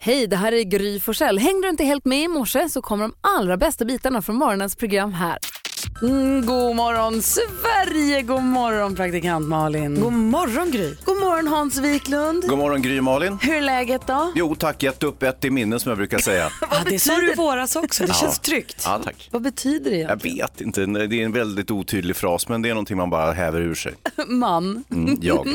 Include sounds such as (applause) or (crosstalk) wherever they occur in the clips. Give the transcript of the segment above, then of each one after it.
Hej, det här är Gry Forssell. Hängde du inte helt med i morse så kommer de allra bästa bitarna från morgonens program här. Mm, god morgon Sverige, god morgon praktikant Malin. God morgon Gry. God morgon Hans Wiklund. God morgon Gry Malin. Hur är läget då? Jo tack, ett upp ett i minnen som jag brukar säga. Ja, det sa du i våras också, det Ja. känns tryggt. Ja, tack. Vad betyder det Jag egentligen? vet inte, det är en väldigt otydlig fras men det är någonting man bara häver ur sig. Man. Mm, jag.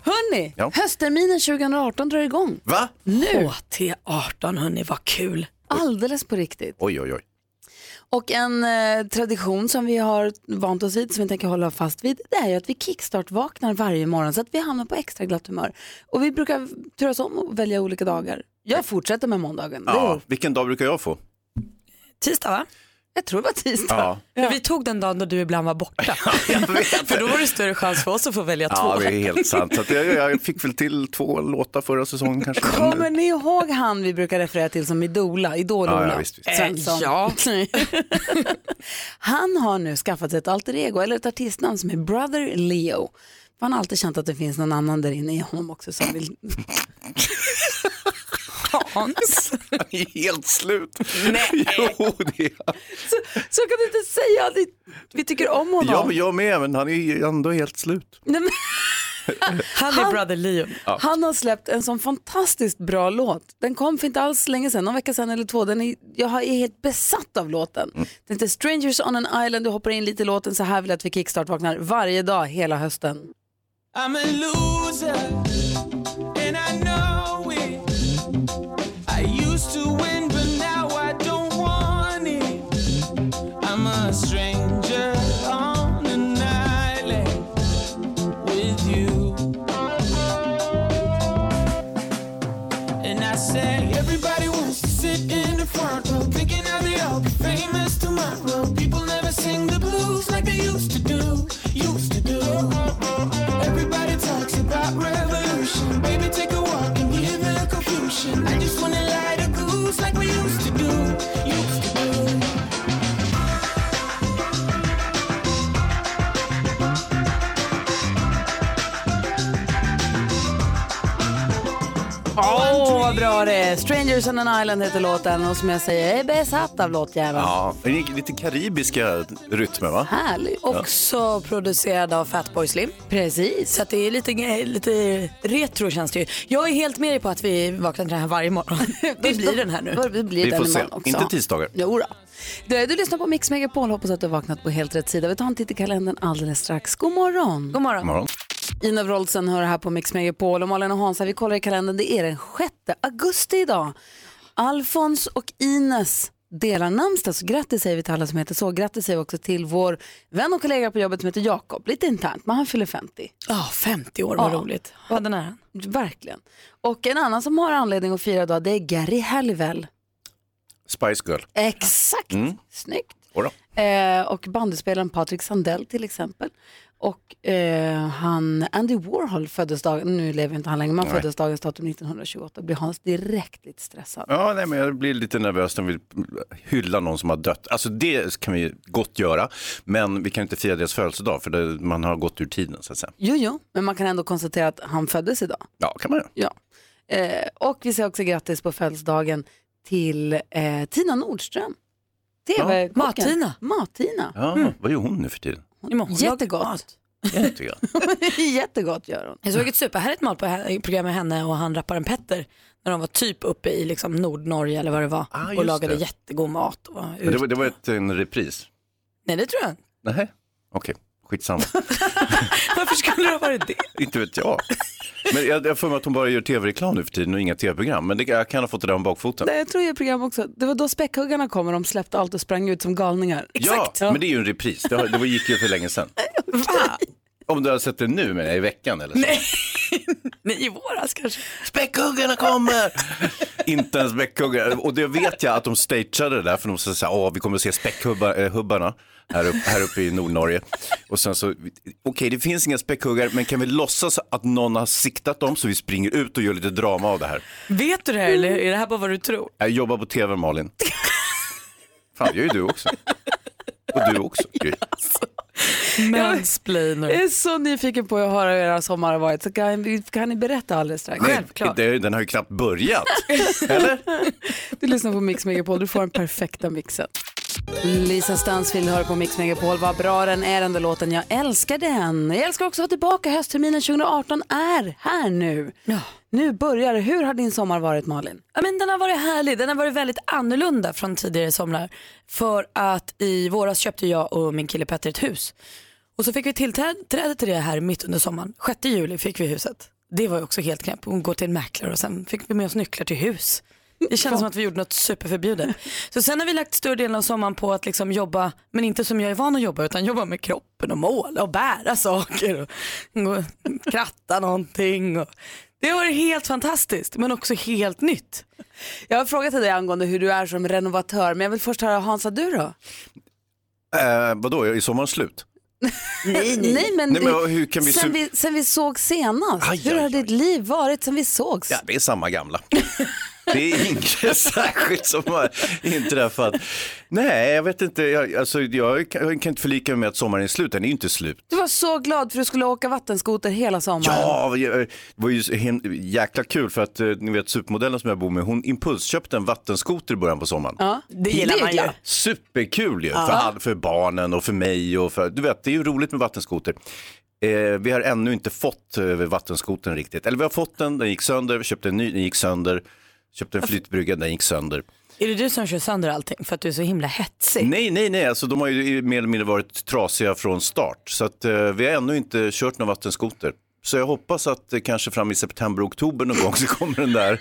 Hörni, Ja. höstterminen 2018 drar igång. Va? Nu, HT18 hörni, vad kul. alldeles på riktigt. Oj, oj, oj. Och en eh, tradition som vi har vant oss vid, som vi tänker hålla fast vid, det är ju att vi kickstart-vaknar varje morgon så att vi hamnar på extra glatt humör. Och vi brukar turas om och välja olika dagar. Jag fortsätter med måndagen. Det Ja, är- vilken dag brukar jag få? Tisdag va? Jag tror det var tisdag. Ja, För Vi tog den dagen då du ibland var borta. jag (laughs) vet. För då var det större chans för oss att få välja Ja, två. det är helt sant. Så att jag, jag fick väl till två låtar förra säsongen kanske. men- Kommer ni ihåg han vi brukar referera till som Idola? Idol-Ola Ja, ja, visst, visst. Svensson. Eh, ja. Nej. (laughs) han har nu skaffat sig ett alter ego, eller ett artistnamn som är Brother Leo. Han har alltid känt att det finns någon annan där inne i honom också som vill... Hans. Han är helt slut. Nej. (laughs) Jo, det är han. Så, så kan du inte säga att vi tycker om honom. Ja, men jag med, men han är ju ändå helt slut. Nej, men, Han är Brother Leo. Han har släppt en sån fantastiskt bra låt. Den kom för inte alls länge sedan, någon vecka sedan eller två. Den är, jag har- är helt besatt av låten. Mm. Den heter Strangers on an Island, du hoppar in lite i låten. Så här vill jag att vi kickstart-vaknar varje dag hela hösten. I'm a loser, and I know it. I used to win, but now I don't want it. I'm a stranger on an island with you. And I say, everybody wants to sit in the front row, thinking that they all be famous tomorrow. People never sing the blues like they used to do, used to do. Everybody talks about revolution. Baby, take a walk and give the confusion. I just wanna light a goose like we used to do, used to do. Åh, vad bra det är. Strangers on an Island heter låten och som jag säger, jag är besatt av låtjäveln. Ja, det är lite karibiska rytmer, va? Härligt. Och Också producerad av Fatboy Slim. precis. Så att det är lite, lite retro känns det ju. Jag är helt med dig på att vi vaknar till den här varje (laughs) morgon. Det blir den här nu. Det blir Vi den får imorgon se. också. Inte tisdagar. Jodå. Du, du lyssnar på Mix Megapol, hoppas att du har vaknat på helt rätt sida. Vi tar en titt i kalendern alldeles strax. God morgon. God God morgon. morgon. Ina Wroldsen hör här på Mix Megapol och Malin och Hansa, vi kollar i kalendern, det är den 6 augusti idag. Alfons och Ines delar namnsdag, så grattis säger vi till alla som heter så. Grattis säger vi också till vår vän och kollega på jobbet som heter Jakob, lite internt, men han fyller 50. Ja, 50 år, vad Ja. roligt. Vad den här. Verkligen. Och en annan som har anledning att fira idag, det är Gary Halliwell. Spice Girl. Exakt, Mm. snyggt. Jodå. Eh, och bandespelaren Patrik Sandell till exempel. Och eh, han, Andy Warhol föddes dagen, nu lever inte han längre, men han Nej. föddes dagens datum 1928. Blir Hans direkt lite stressad. Ja, nej, men jag blir lite nervös när vi hyllar någon som har dött. Alltså det kan vi gott göra, men vi kan inte fira deras födelsedag för det, man har gått ur tiden så att säga. Jo, jo, men man kan ändå konstatera att han föddes idag. Ja, kan man göra. Ja. Eh, och vi säger också grattis på födelsedagen till eh, Tina Nordström. TV-kocken. Mat-Tina. Mat-Tina. Ja, Vad gör hon nu för (laughs) tiden? Jättegott. Inte jag. (laughs) Jättegott gör hon. Jag såg ett superhärligt mat på här- program med henne och han rapparen Petter när de var typ uppe i liksom Nordnorge eller vad det var Ah, och just lagade det. jättegod mat. Och var Men det ute. var, det var ett, en repris? Nej det tror jag inte. Nej, okej, (laughs) skitsamma. Varför skulle det ha varit det? inte vet jag. Men jag jag har för mig att hon bara gör tv-reklam nu för tiden och inga tv-program, men det, jag kan ha fått det där om bakfoten. Nej, jag tror jag gör program också. Det var då späckhuggarna kom och de släppte allt och sprang ut som galningar. Ja, men det är ju en repris. Det, har, det var- gick ju för länge sedan. Va? Om du har sett det nu, men i veckan eller så. Nej. Nej i våras kanske. Späckhuggarna kommer! (laughs) inte ens späckhuggare. Och det vet jag att de stageade det där för de sa så här, åh vi kommer att se späckhubbarna här, upp, här uppe i Nordnorge. Och sen så, okej det finns inga späckhuggare men kan vi låtsas att någon har siktat dem så vi springer ut och gör lite drama av det här. Vet du det här eller är det här bara vad du tror? Jag jobbar på tv Malin. Fan det gör ju du också. Och du också Gry. Mansplainer. Jag är så nyfiken på att höra hur era sommar har varit. Så kan, kan ni berätta alldeles strax? Nej, det, den har ju knappt börjat. Du lyssnar på Mix Megapol, du får den perfekta mixen. Lisa Stansfield hör på Mix Megapol. Vad bra den är den där låten. Jag älskar den. Jag älskar också att vara tillbaka. Höstterminen 2018 är här nu. Nu börjar det. Hur har din sommar varit Malin? Ja, men den har varit härlig. Den har varit väldigt annorlunda från tidigare somrar. För att i våras köpte jag och min kille Petter ett hus. Och så fick vi tillträde till det här mitt under sommaren. 6 juli fick vi huset. Det var ju också helt knäppt. Hon går till en mäklare och sen fick vi med oss nycklar till hus. Det kändes som att vi gjorde något superförbjudet. Så sen har vi lagt större delen av sommaren på att liksom jobba, men inte som jag är van att jobba, utan jobba med kroppen och måla och bära saker och gå- kratta någonting. Och det har varit helt fantastiskt, men också helt nytt. Jag har frågat till dig angående hur du är som renovatör, men jag vill först höra Hansa, du då? Eh, vadå, är sommaren slut? Nej, nej. men, Nej, men hur kan vi sen, su- vi, sen vi såg senast, Aj, hur aj, har aj. ditt liv varit sen vi sågs? Ja, det är samma gamla. Det är inget särskilt som har inträffat. Nej, jag vet inte. Jag, alltså, jag kan jag kan inte förlika mig med att sommaren är slut. Den är ju inte slut. Du var så glad för du skulle åka vattenskoter hela sommaren. Ja, det var ju hem- jäkla kul för att eh, ni vet supermodellen som jag bor med, hon impulsköpte en vattenskoter i början på sommaren. Ja, Det gillar man ju. glad. Superkul ju, för, all, för barnen och för mig och för, du vet, det är ju roligt med vattenskoter. Eh, vi har ännu inte fått eh, vattenskotern riktigt, eller vi har fått den, den gick sönder, vi köpte en ny, den gick sönder, köpte en flytbrygga, den gick sönder. Är det du som kör sönder allting för att du är så himla hetsig? Nej, nej, nej, alltså de har ju mer eller mindre varit trasiga från start, så att eh, vi har ännu inte kört någon vattenskoter. Så jag hoppas att eh, kanske fram i september, oktober någon gång så kommer den där,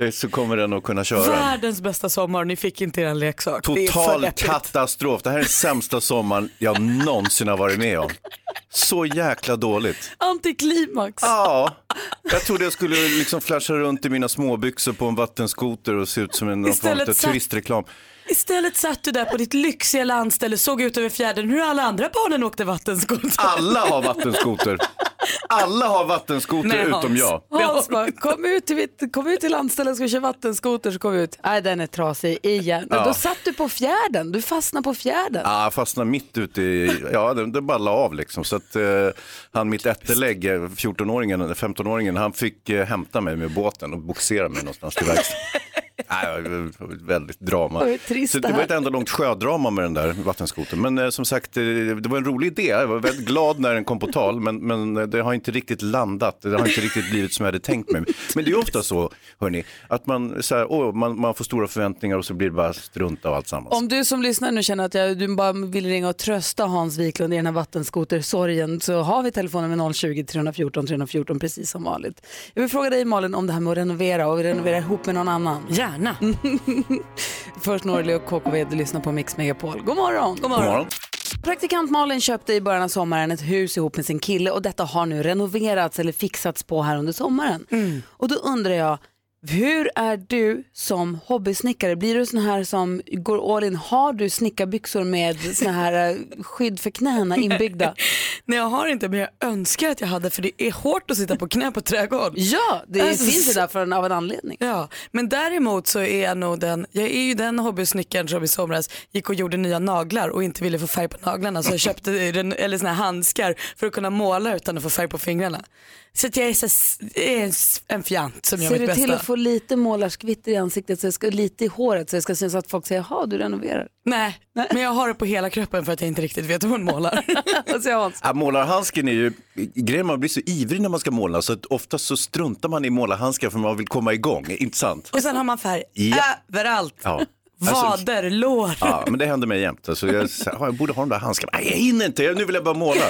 eh, så kommer den att kunna köra. Världens bästa sommar, ni fick inte er leksak. Det är för Total deppigt. katastrof. Det här är den sämsta sommaren jag någonsin har varit med om. Så jäkla dåligt. Antiklimax. Ja, jag trodde jag skulle liksom flasha runt i mina småbyxor på en vattenskoter och se ut som en någon form av Istället satt- turistreklam. Istället satt du där på ditt lyxiga landställe och såg ut över fjärden hur alla andra barnen åkte vattenskoter. Alla har vattenskoter. Alla har vattenskoter Nej, Hans. utom jag. Hans (laughs) bara, kom ut till, mitt, kom ut till landstället och ska köra vattenskoter så kom vi ut. Nej, den är trasig igen. Men Ja. Då satt du på fjärden, du fastnade på fjärden. Ja, jag fastnade mitt ute i, ja den, den ballade av liksom. Så att eh, han mitt ättelägg, eh, 14-åringen, eller 15-åringen, han fick eh, hämta mig med båten och boxera mig någonstans till verkstaden. (laughs) Nej, det var ett väldigt drama. Vad trist så det det här. var ett enda långt sjödrama med den där vattenskotern. Men eh, som sagt, eh, det var en rolig idé. Jag var väldigt glad när den kom på tal, men, men eh, det har inte riktigt landat. Det har inte riktigt blivit som jag hade tänkt mig. Men det är ju ofta så, hörni, att man, så här, åh, man, man får stora förväntningar och så blir det bara strunt av alltsammans. Om du som lyssnar nu känner att jag, du bara vill ringa och trösta Hans Wiklund i den här vattenskotersorgen så har vi telefonen med 020 314 314 precis som vanligt. Jag vill fråga dig Malin om det här med att renovera och renovera ihop med någon annan. Gärna. Först Norli och KKV, du lyssnar på Mix Megapol. God morgon! God God morgon. Praktikant Malin köpte i början av sommaren ett hus ihop med sin kille och detta har nu renoverats eller fixats på här under sommaren. Mm. Och då undrar jag, hur är du som hobbysnickare? Blir du sån här som går all in? Har du snickarbyxor med såna här eh, skydd för knäna inbyggda? Nej jag har inte men jag önskar att jag hade för det är hårt att sitta på knä på trädgården. Ja, det Alltså, finns ju där för en, av en anledning. Ja, men däremot så är jag nog den, jag är ju den hobbysnickaren som i somras gick och gjorde nya naglar och inte ville få färg på naglarna så jag köpte den- eller såna här handskar för att kunna måla utan att få färg på fingrarna. Så att jag är, så, är en, en fjant som gör Ser mitt du bästa. till att få lite målarskvitter i ansiktet, så det ska, lite i håret så det ska synas att folk säger jaha du renoverar. (laughs) Nej, men jag har det på hela kroppen för att jag inte riktigt vet hur man (laughs) målar. Vad säger Hans? Ja, målarhandsken är ju, grejen man blir så ivrig när man ska måla så att oftast så struntar man i målarhandsken för man vill komma igång, inte sant? och sen har man färg Ja. överallt. Ja. Alltså, Vader, lår. ja, men det händer mig jämt. Alltså, jag, så här, "Ja, jag borde ha de där handskarna, nej jag hinner inte, jag- nu vill jag bara måla.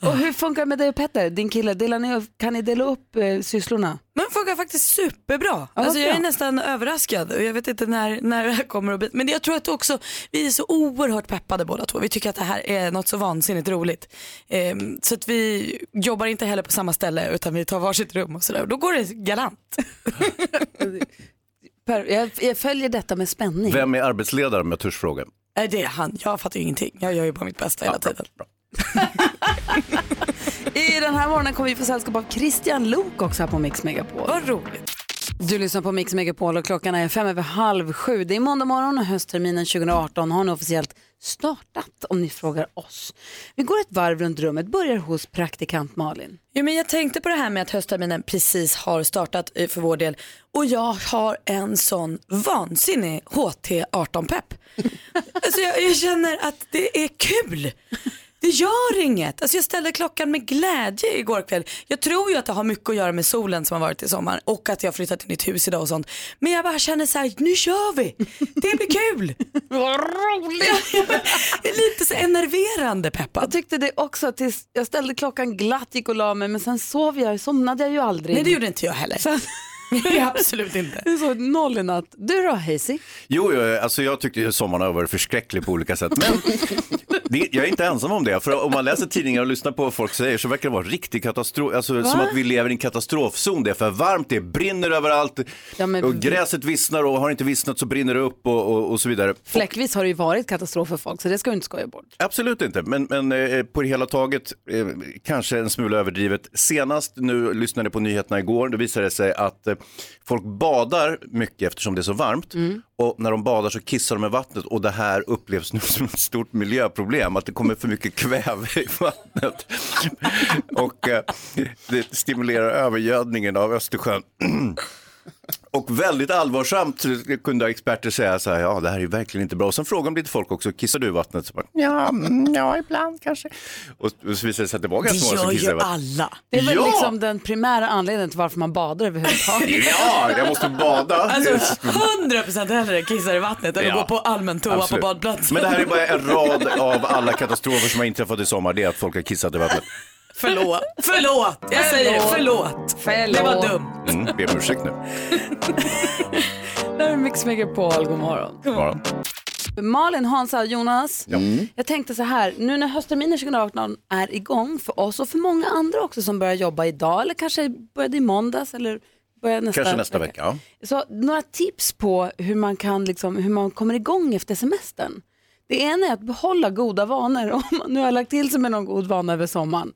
Och hur funkar det med dig och Petter, din kille? Delar ni, upp- kan ni dela upp eh, sysslorna? Men funkar faktiskt superbra. vad alltså, jag bra. är nästan överraskad och jag vet inte när, när det här kommer att bli. Men jag tror att också, vi är så oerhört peppade båda två. Vi tycker att det här är något så vansinnigt roligt. Ehm, så att vi jobbar inte heller på samma ställe utan vi tar varsitt rum och sådär. Då går det galant. Per, jag, jag följer detta med spänning. Vem är arbetsledare om jag törs fråga? Äh, det är han, jag fattar ju ingenting. Jag gör ju bara mitt bästa hela tiden. I den här morgonen kommer vi få sällskap av Christian Lok också här på Mix Megapol. Vad roligt. Du lyssnar på Mix Megapol och klockan är fem över halv sju. Det är måndag morgon och höstterminen 2018 har nu officiellt startat om ni frågar oss. Vi går ett varv runt rummet, börjar hos praktikant Malin. Jo, men jag tänkte på det här med att höstterminen precis har startat eh, för vår del och jag har en sån vansinnig (laughs) HT18-pepp. alltså jag, jag känner att det är kul. Det gör inget. Alltså jag ställde klockan med glädje igår kväll. Jag tror ju att det har mycket att göra med solen som har varit i sommar och att jag har flyttat till nytt hus idag och sånt. Men jag bara känner så här, nu kör vi. Det blir kul. Vad roligt. jag är lite så enerverande peppad. Jag tyckte det också tills jag ställde klockan glatt, gick och la mig men sen sov jag, somnade jag ju aldrig. Nej det gjorde inte jag heller. (laughs) Sen- Nej, absolut inte. Det är så noll i natt. Du då Hazy? Jo, jo, alltså jag tyckte ju sommaren har varit förskräcklig på olika sätt. (laughs) Men det, jag är inte ensam om det. För om man läser tidningar och lyssnar på vad folk säger så verkar det vara riktig katastrof. Alltså, som att vi lever i en katastrofzon. Det är för varmt, det brinner överallt. Ja, men- Och gräset vissnar och har inte vissnat så brinner det upp och, och, och så vidare. Fläckvis har det ju varit katastrof för folk så det ska du inte skoja bort. Absolut inte, men, men eh, på det hela taget eh, kanske en smula överdrivet. Senast nu lyssnade jag på nyheterna igår, då visade det sig att eh, folk badar mycket eftersom det är så varmt och när de badar så kissar de med vattnet och det här upplevs nu (laughs) som ett stort miljöproblem, att det kommer för mycket kväve i vattnet (laughs) och eh, det stimulerar övergödningen av Östersjön. Och väldigt allvarsamt kunde experter säga så här, ja det här är ju verkligen inte bra. Och sen frågade lite folk också, kissar du i vattnet? Så bara, ja, mm, ja, ibland kanske. Och, och så visade det sig att det var ganska många som kissade i vattnet. alla. Det är väl Ja! liksom den primära anledningen till varför man badar (laughs) överhuvudtaget. Ja, jag måste bada. Alltså 100% hellre kissar i vattnet än att Ja, gå på allmän toa Absolut. på badplatsen. Men det här är bara en rad av alla katastrofer som har inträffat i sommar, det är att folk har kissat i vattnet. Förlåt, förlåt, jag säger det, förlåt. Förlåt. Det var dumt. Mm, be om ursäkt nu. Där är Mix Megapol, god morgon. God morgon. Malin, Hansa och Jonas. Mm. Jag tänkte så här, nu när höstterminen 2018 är igång för oss och för många andra också som börjar jobba idag eller kanske började i måndags eller börjar nästa, Kanske nästa vecka. Ja. Så några tips på hur man, kan liksom, hur man kommer igång efter semestern. Det ena är att behålla goda vanor (laughs) om man nu har lagt till sig med någon god vana över sommaren.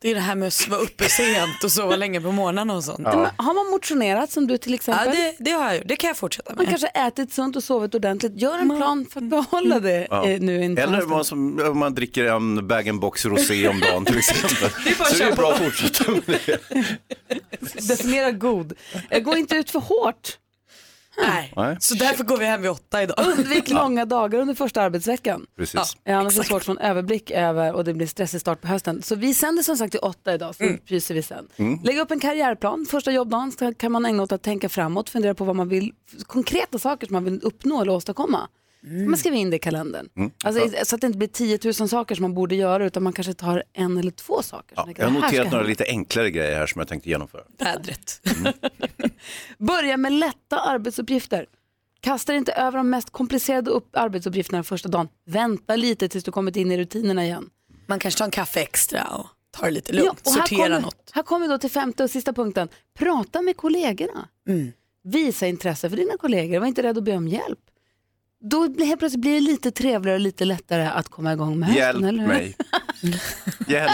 Det är det här med att vara uppe sent och sova länge på morgonen och sånt. Ja. Men har man motionerat som du till exempel, det, det har jag gjort. Det kan jag fortsätta man med. kanske ätit sunt och sovit ordentligt, gör en plan för att behålla det Mm. Ja. eh, nu inför Eller om hösten. man, som, om man dricker en bag-in-box rosé om dagen till exempel. (laughs) bara att så det är köpa. bra att (laughs) fortsätta med det. Definiera god. Eh, Gå inte ut för hårt. Nej. Nej. Så därför går vi hem vid åtta idag. Undvik långa dagar under första arbetsveckan. Precis. Ja, annars är det svårt att få en överblick över och det blir stressig start på hösten. Så vi sänder som sagt till åtta idag, Mm. så pyser vi sen. Lägg upp en karriärplan. Första jobbdagen ska- kan man ägna åt att tänka framåt, fundera på vad man vill, konkreta saker som man vill uppnå eller åstadkomma. Man skriver in det i kalendern. Mm. Alltså, i- Så att det inte blir 10 000 saker som man borde göra utan man kanske tar en eller två saker. som Ja, man kan- jag har det här ska noterat några hända. lite enklare grejer här som jag tänkte genomföra. Vädret. Börja med lätta arbetsuppgifter. Kasta dig inte över de mest komplicerade upp arbetsuppgifterna första dagen. Vänta lite tills du kommit in i rutinerna igen. Man kanske tar en kaffe extra och tar det lite lugnt. och här Sortera kommer, något. Här kommer då till femte och sista punkten. Prata med kollegorna. Visa intresse för dina kollegor. Var inte rädd att be om hjälp. Då blir, helt plötsligt blir det lite trevligare och lite lättare att komma igång med hösten. Hjälp eller hur? mig. (laughs) Hjälp.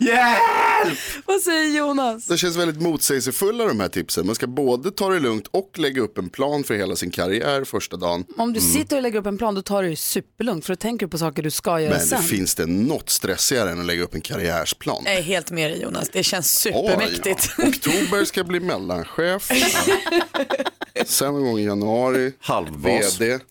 Hjälp! (laughs) Vad säger Jonas? Det känns väldigt motsägelsefulla de här tipsen. Man ska både ta det lugnt och lägga upp en plan för hela sin karriär första dagen. Om du sitter och lägger upp en plan då tar du ju superlugnt för då tänker du på saker du ska göra Men sen. finns det något stressigare än att lägga upp en karriärsplan? Jag är helt med dig Jonas, det känns Oj, (laughs) supermäktigt. ja. Oktober ska bli mellanchef. Sen någon gång i januari, Halvbas. vd.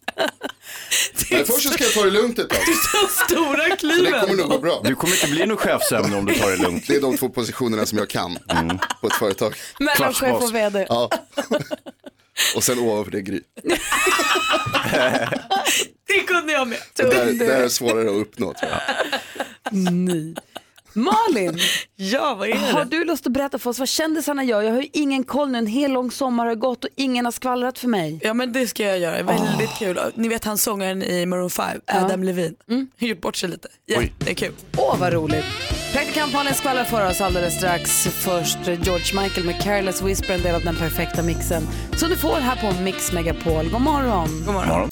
Men först så ska jag ta det lugnt ett tag. De stora Det kommer kliven. nog gå bra. Du kommer inte bli någon chefsämne om du tar det lugnt. Det är de två positionerna som jag kan på ett företag. Mellanchef Kvartsbas. och vd. Ja. Och sen ovanför det Gry. Det kunde jag med. Där, där är det svårare att uppnå tror jag. Malin, Ja, vad är det? har du lust att berätta för oss vad kändisarna gör? Jag har ju ingen koll nu. En hel lång sommar har gått och ingen har skvallrat för mig. Ja men det ska jag göra, väldigt kul. Ni vet han sångaren i Maroon 5, Adam Levine, har gjort bort sig lite. Jättekul. Åh, vad roligt. Praktikant Malin skvallrar för oss alldeles strax. Först George Michael med Careless Whisper, en del av den perfekta mixen. Som du får här på Mix Megapol. God morgon. God morgon. Morgon.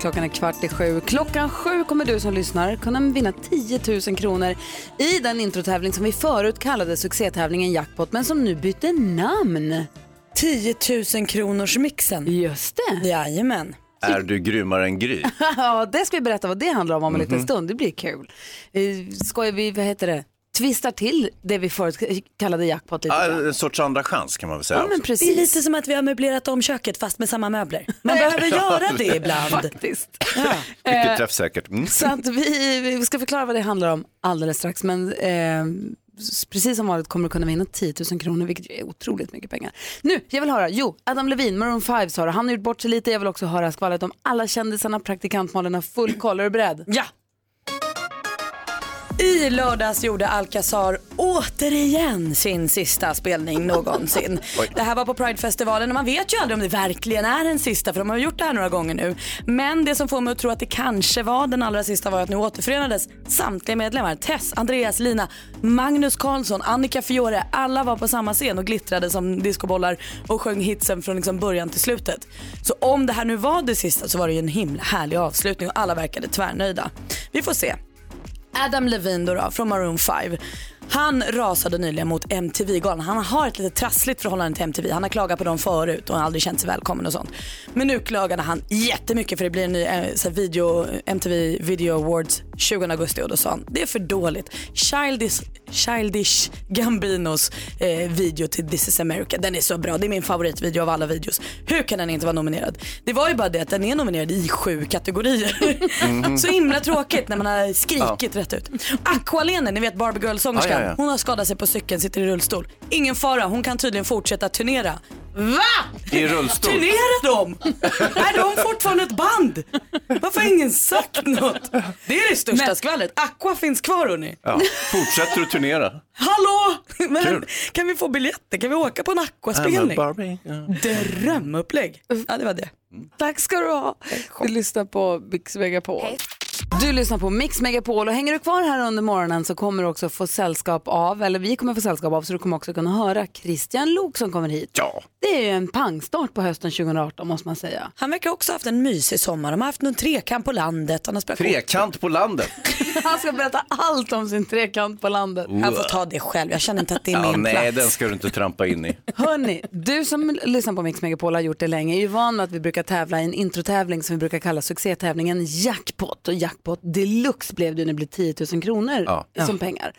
Klockan är kvart i sju. Klockan sju kommer du som lyssnar kunna vinna 10 000 kronor i den introtävling som vi förut kallade succétävlingen Jackpot men som nu bytte namn. 10 000 kronors mixen. Just det. Jajamän. Är du grymmare än Gry? Ja, det ska vi berätta vad det handlar om om en liten stund. Det blir kul. Eh, Skojar vi, vad heter det, twistar till det vi förut kallade jackpot lite Ja, grann. En sorts andra chans kan man väl säga. Ja, men Det är precis. lite som att vi har möblerat om köket fast med samma möbler. Man behöver göra det ibland. Faktiskt. Mycket träffsäkert. Mm. Eh, Så att vi, vi ska förklara vad det handlar om alldeles strax. Men eh, s- precis som vanligt kommer du kunna vinna 10 000 kronor, vilket ju är otroligt mycket pengar. Nu, jag vill höra, jo, Adam Levin, Maroon 5 sa du. Han har gjort bort sig lite. Jag vill också höra skvallret om alla kändisarna, praktikantmalen har full koll. Är du beredd? Ja. I lördags gjorde Alcazar återigen sin sista spelning någonsin. det här var på Pridefestivalen och man vet ju aldrig om det verkligen är den sista för de har gjort det här några gånger nu. Men det som får mig att tro att det kanske var den allra sista var att nu återförenades samtliga medlemmar. Tess, Andreas, Lina, Magnus Karlsson, Annika Fiore. Alla var på samma scen och glittrade som discobollar och sjöng hitsen från liksom början till slutet. Så om det här nu var det sista så var det ju en himla härlig avslutning och alla verkade tvärnöjda. Vi får se. Adam Levine då, då från Maroon 5. Han rasade nyligen mot MTV-galan. Han har ett lite trassligt förhållande till MTV. Han har klagat på dem förut och har aldrig känt sig välkommen och sånt. Men nu klagade han jättemycket för det blir en ny eh, så här video, MTV Video Awards 20 augusti och då sa han det är för dåligt. Childish, Childish Gambinos eh, video till This is America, den är så bra. Det är min favoritvideo av alla videos. Hur kan den inte vara nominerad? Det var ju bara det att den är nominerad i sju (laughs) kategorier. Mhm. så himla tråkigt när man har skrikit rätt ut. Aqualene, ni vet Barbie Girl-sångerskan, Ja, ja, ja. hon har skadat sig på cykeln, sitter i rullstol. Ingen fara, hon kan tydligen fortsätta turnera. Va? I rullstol. Turnera (laughs) dem! är de fortfarande ett band? Varför har ingen sagt något? Det är det största skvallret. Aqua finns kvar hörni. Ja. Fortsätter du turnera? (laughs) Hallå! Men, Kul. kan vi få biljetter? Kan vi åka på en I'm a Aqua-spelning? Barbie. Ja. Drömupplägg. Ja det var det. Tack ska du ha. Du lyssnar på Mix Megapol. Du lyssnar på Mix Megapol och hänger du kvar här under morgonen så kommer du också få sällskap av, eller vi kommer få sällskap av, så du kommer också kunna höra Christian Lok som kommer hit. ja. Det är ju en pangstart på hösten 2018 måste man säga. Han verkar också ha haft en mysig sommar. De har haft någon trekant på landet. Han har spelat kort. Trekant på landet. Han ska berätta allt om sin trekant på landet. Han får ta det själv. Jag känner inte att det är Ja, min nej, den plats. ska du inte trampa in i. Hörni, du som lyssnar på Mix Megapol har gjort det länge är ju van med att vi brukar tävla i en introtävling som vi brukar kalla succétävlingen Jackpot. Och Jackpot deluxe blev det ju när det blev 10 000 kronor Ja. som pengar.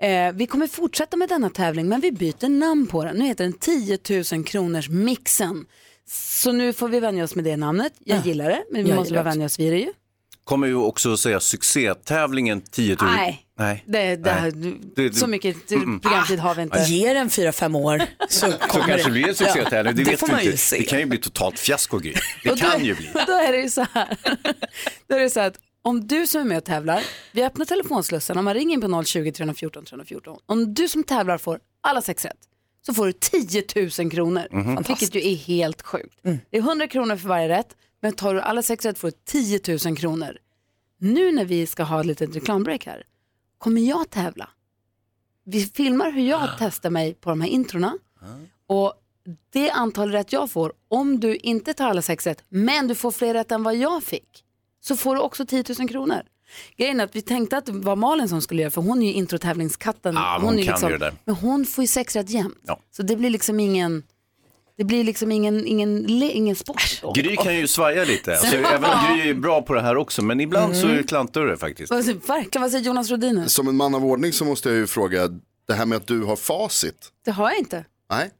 Eh, vi kommer fortsätta med denna tävling men vi byter namn på den. Nu heter den 10 000 kronors mixen. Så nu får vi vänja oss med det namnet. Jag gillar det men vi Jag måste gillar bara vänja oss vid det ju. Kommer vi också säga succétävlingen 10 000? Nej. nej. Det, det, här, Det- det- så mycket programtid har vi inte. Ge den fyra, fem år så Så kommer kanske det. blir en succétävling. Det, det vet får vi man ju inte. se. Det kan ju bli totalt fiasko, Gry. Det kan ju bli. Då är det ju så här. (laughs) Då är det så här att om du som är med och tävlar, vi öppnar telefonslussen och man ringer in på 020 314 314. Om du som tävlar får alla sex rätt så får du 10 000 kronor, Mhm. vilket ju är helt sjukt. Det är 100 kronor för varje rätt, men tar du alla sex rätt får du 10 000 kronor. Nu när vi ska ha ett litet reklambreak här, kommer jag tävla. Vi filmar hur jag Ah. testar mig på de här introna. Och det antal rätt jag får, om du inte tar alla sex rätt, men du får fler rätt än vad jag fick, så får du också 10 000 kronor. Grejen är att vi tänkte att det var Malin som skulle göra, för hon är ju introtävlingskatten. Ja, men Ah, hon är liksom- kan ju det där. Men hon får ju sex rätt jämt. Ja. Så det blir liksom ingen, det blir liksom ingen, ingen, le- ingen sport. då. Gry kan ju (laughs) svaja lite. Alltså, även om Gry är bra på det här också, men ibland Mm. så klantar du det faktiskt. Vad säger- Verkligen, vad säger Jonas Rodiner? Som en man av ordning så måste jag ju fråga, det här med att du har facit. Det har jag inte. Nej,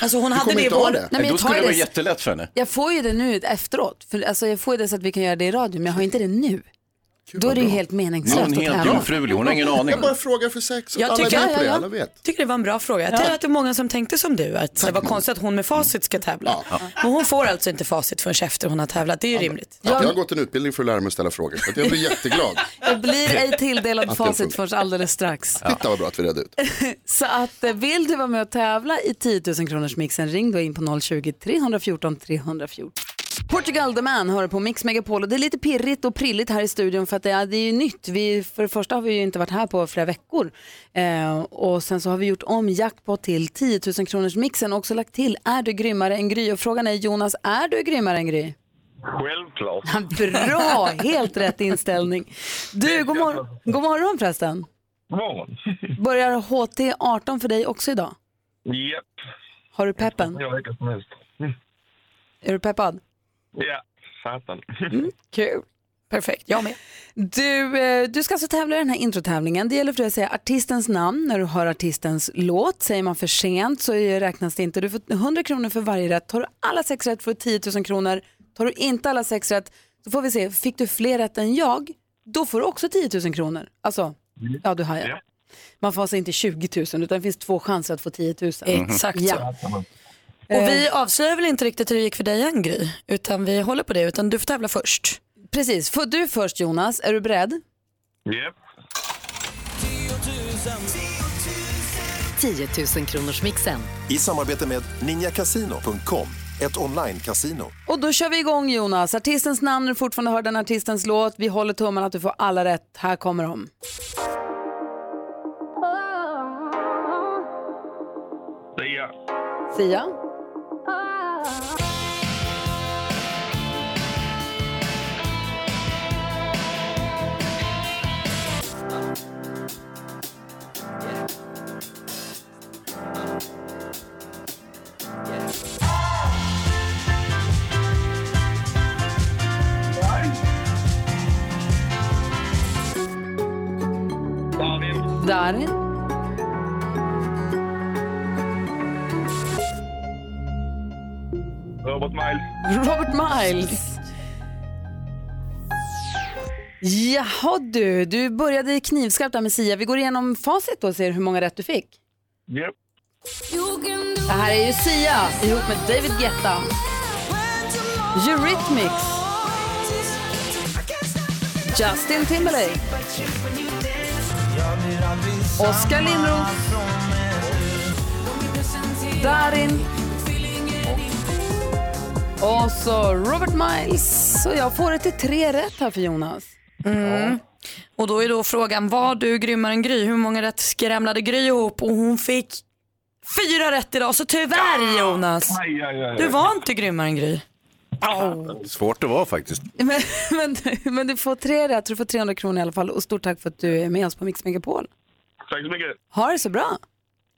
Alltså hon du hade kommer det i inte ha vår... det. Nej, men Eh, Då jag, tar skulle det ju vara det, jättelätt för henne. jag får ju det nu efteråt, för, alltså, jag får ju det så att vi kan göra det i radio, men jag har inte det nu. Då är det ju helt Nu är meningslöst hon att helt tävla. jungfrulig, hon har ingen aning. Jag bara frågar för sex, Jag jag alla tycker- är med ja, ja, på det, ja. alla vet. tycker det var en bra fråga. Jag tror att det är många som tänkte som du, att det var konstigt att hon med facit ska tävla. Men hon får alltså inte facit förrän efter hon har tävlat, det är ju rimligt. Att jag har gått en utbildning för att lära mig att ställa frågor, så att jag blir jätteglad. Jag blir ej tilldelad det facit funkar. förrän alldeles strax. Titta vad bra att vi (laughs) redde ut. Så att eh, vill du vara med och tävla i 10 000 kronors mixen ring då in på 020-314 314. Portugal the man hör på Mix Megapol och det är lite pirrigt och prilligt här i studion för att det är, det är ju nytt. Vi, för det första har vi ju inte varit här på flera veckor eh, och sen så har vi gjort om jackpot till 10 000 kronors mixen och också lagt till är du grymmare än Gry och frågan är Jonas, är du grymmare än Gry? Självklart. (laughs) Bra, helt rätt inställning. Du, god, mor- god morgon förresten. (laughs) Morgon. Börjar HT18 för dig också idag? Japp, Har du peppen? jag vecka som helst. Är du peppad? Ja, satan. Kul. Perfekt, jag med. (laughs) Du, eh, du ska alltså tävla i den här introtävlingen. Det gäller för dig att säga artistens namn när du hör artistens låt. Säger man för sent så är- räknas det inte. Du får 100 kronor för varje rätt. Tar du alla sex rätt får du 10 000 kronor. Tar du inte alla sex rätt så får vi se, fick du fler rätt än jag, då får du också 10 000 kronor. Alltså, ja du hajar. Ja. Man får alltså inte 20 000 utan det finns två chanser att få 10 000. Mhm. Exakt så. Ja. Och vi avslöjar väl inte riktigt hur det gick för dig än Gry, utan vi håller på det, utan du får tävla först. Precis, får du först Jonas, är du beredd? Japp. 10 000 kronors mixen. (laughs) I samarbete med ninjakasino.com, ett online-casino. Och då kör vi igång Jonas. Artistens namn, du fortfarande hör den artistens låt. Vi håller tummarna att du får alla rätt. Här kommer de. Sia. Sia, Darin. Darin, Robert Miles. Robert Miles. Jaha du, du började knivskarpt där med Sia. Vi går igenom facit då och ser hur många rätt du fick. Japp. Det här är ju Sia ihop med David Guetta. Eurythmics. Justin Timberlake. Oskar Lindros. Darin. Och så Robert Miles. Så jag får det till tre rätt här för Jonas. Och då är då frågan, var du grymmare än Gry? Hur många rätt skramlade Gry ihop? Och hon fick fyra rätt idag, så tyvärr Jonas. Aj, aj, aj. Du var inte grymmare än Gry. Svårt att vara faktiskt. (laughs) Men, men, du- men du får tre rätt, så du får 300 kronor i alla fall. Och stort tack för att du är med oss på Mix Megapol. Tack så mycket. Ha det så bra.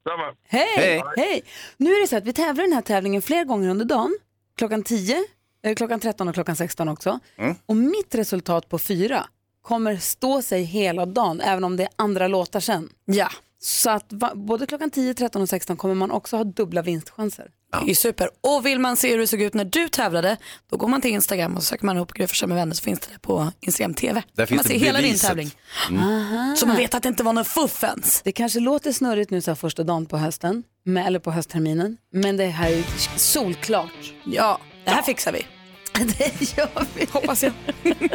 Samma. Hej! Hej! Hej. Nu är det så att vi tävlar i den här tävlingen fler gånger under dagen. Klockan 10, eh, klockan 13 och klockan 16 också. Och mitt resultat på fyra kommer stå sig hela dagen, även om det är andra låtar sen. Ja, Så att va, både klockan 10, 13 och 16 kommer man också ha dubbla vinstchanser. det är super. Och vill man se hur det såg ut när du tävlade, då går man till Instagram och så söker man ihop Gry Forssell med vänner så finns det där på Instagram TV. Där finns man det ser hela din beviset. Mm. tävling. Så man vet att det inte var någon fuffens. Det kanske låter snurrigt nu så här första dagen på hösten, med, eller på höstterminen, men det här är solklart. Ja, det här fixar vi. Det gör vi. Hoppas jag.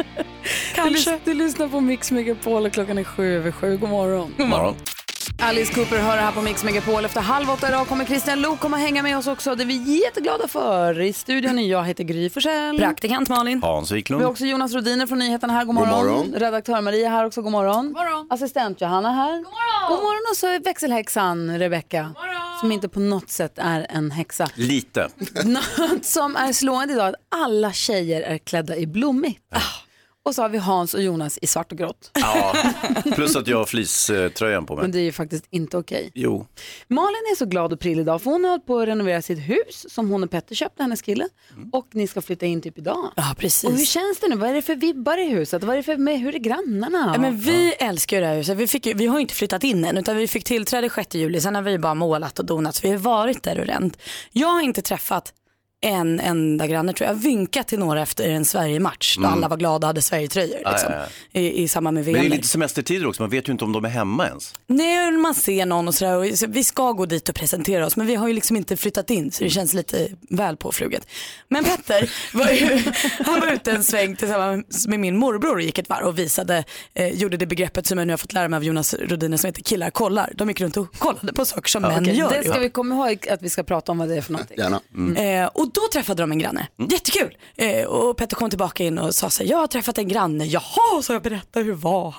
Du, Kanske. lys- du lyssnar på Mix Megapol och klockan är sju över sju. God morgon. Morgon. Alice Cooper hör det här på Mix Megapol. Efter halv åtta idag kommer Christian Lok komma och hänga med oss också. Det är vi jätteglada för. I studion är jag, heter Gry Forssell. Praktikant Malin. Hans Vi har Wiklund. också Jonas Rodiner från nyheterna här. God morgon. morgon. Redaktör Maria här också. God morgon. Assistent Johanna här. God morgon. God morgon. Och så är växelhäxan Rebecka. Som inte på något sätt är en häxa. Lite. (laughs) Något som är slående idag är att alla tjejer är klädda i blommigt. Ah. Och så har vi Hans och Jonas i svart och grått. Ja. Plus att jag har fleecetröjan på Men mig. det är ju faktiskt inte okej. Jo. Malin är så glad och prill idag för hon har hållit på att renovera sitt hus som hon och Petter köpte, hennes kille. Och ni ska flytta in typ idag. Ja, Mm. Och hur precis. känns det nu? Vad är det för vibbar i huset? Vad är det för, med, hur är grannarna? Ja, men vi älskar ju det här huset. Vi, fick ju, vi har ju inte flyttat in än utan vi fick tillträde 6 juli. Sen har vi bara målat och donat. Så vi har varit där och ränt. Jag har inte träffat en enda granne tror jag. Jag vinkat till några efter en Sverige-match. Då alla var glada och hade Sverige-tröjor. Liksom, Mm. ja, I, I samband med VM. Men det är där. lite semestertider också, man vet ju inte om de är hemma ens. Nej, man ser någon och sådär. Och så- Vi ska gå dit och presentera oss men vi har ju liksom inte flyttat in så det känns lite väl påfluget. Men Petter, var ju, han var ute en sväng tillsammans med min morbror och gick ett varv och visade, eh, gjorde det begreppet som jag nu har fått lära mig av Jonas Rhodiner som heter killar kollar. De gick runt och kollade på saker som män Okej, gör. det ska vi komma ihåg att vi ska prata om vad det är för någonting. Gärna. Eh, och Och då träffade de en granne, jättekul. Eh, och Petter kom tillbaka in och sa så här, jag har träffat en granne, jaha, så jag berätta hur var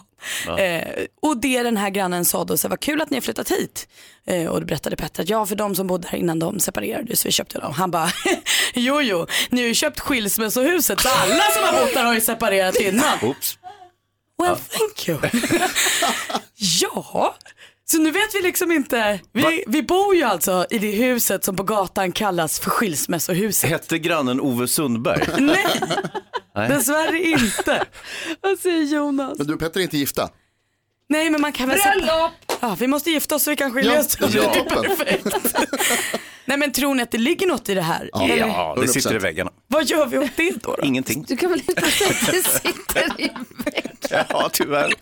han? Eh, och det den här grannen sa då, så här, vad kul att ni har flyttat hit. Eh, och då berättade Petter att ja, för de som bodde här innan de separerade så vi köpte dem. Han bara, (laughs) jo jo, ni har ju köpt skilsmässohuset så alla som har bott där har ju separerat (laughs) innan. Oops. Well, thank you. (laughs) ja, så nu vet vi liksom inte. Vi, vi bor ju alltså i det huset som på gatan kallas för skilsmässohuset. Hette grannen Ove Sundberg? (laughs) Nej, dessvärre inte. (laughs) Vad säger Jonas? Men du Petter är inte gifta? Nej, men man kan väl... Bröllop! Ja, vi måste gifta oss så vi kan skilja oss. (laughs) ja toppen. Nej, men tror ni att det ligger något i det här? Eller, Ja, det sitter i väggarna. Vad gör vi åt det (laughs) då? då? Ingenting. Du kan väl inte säga att det sitter i (laughs) väggen? Ja, tyvärr.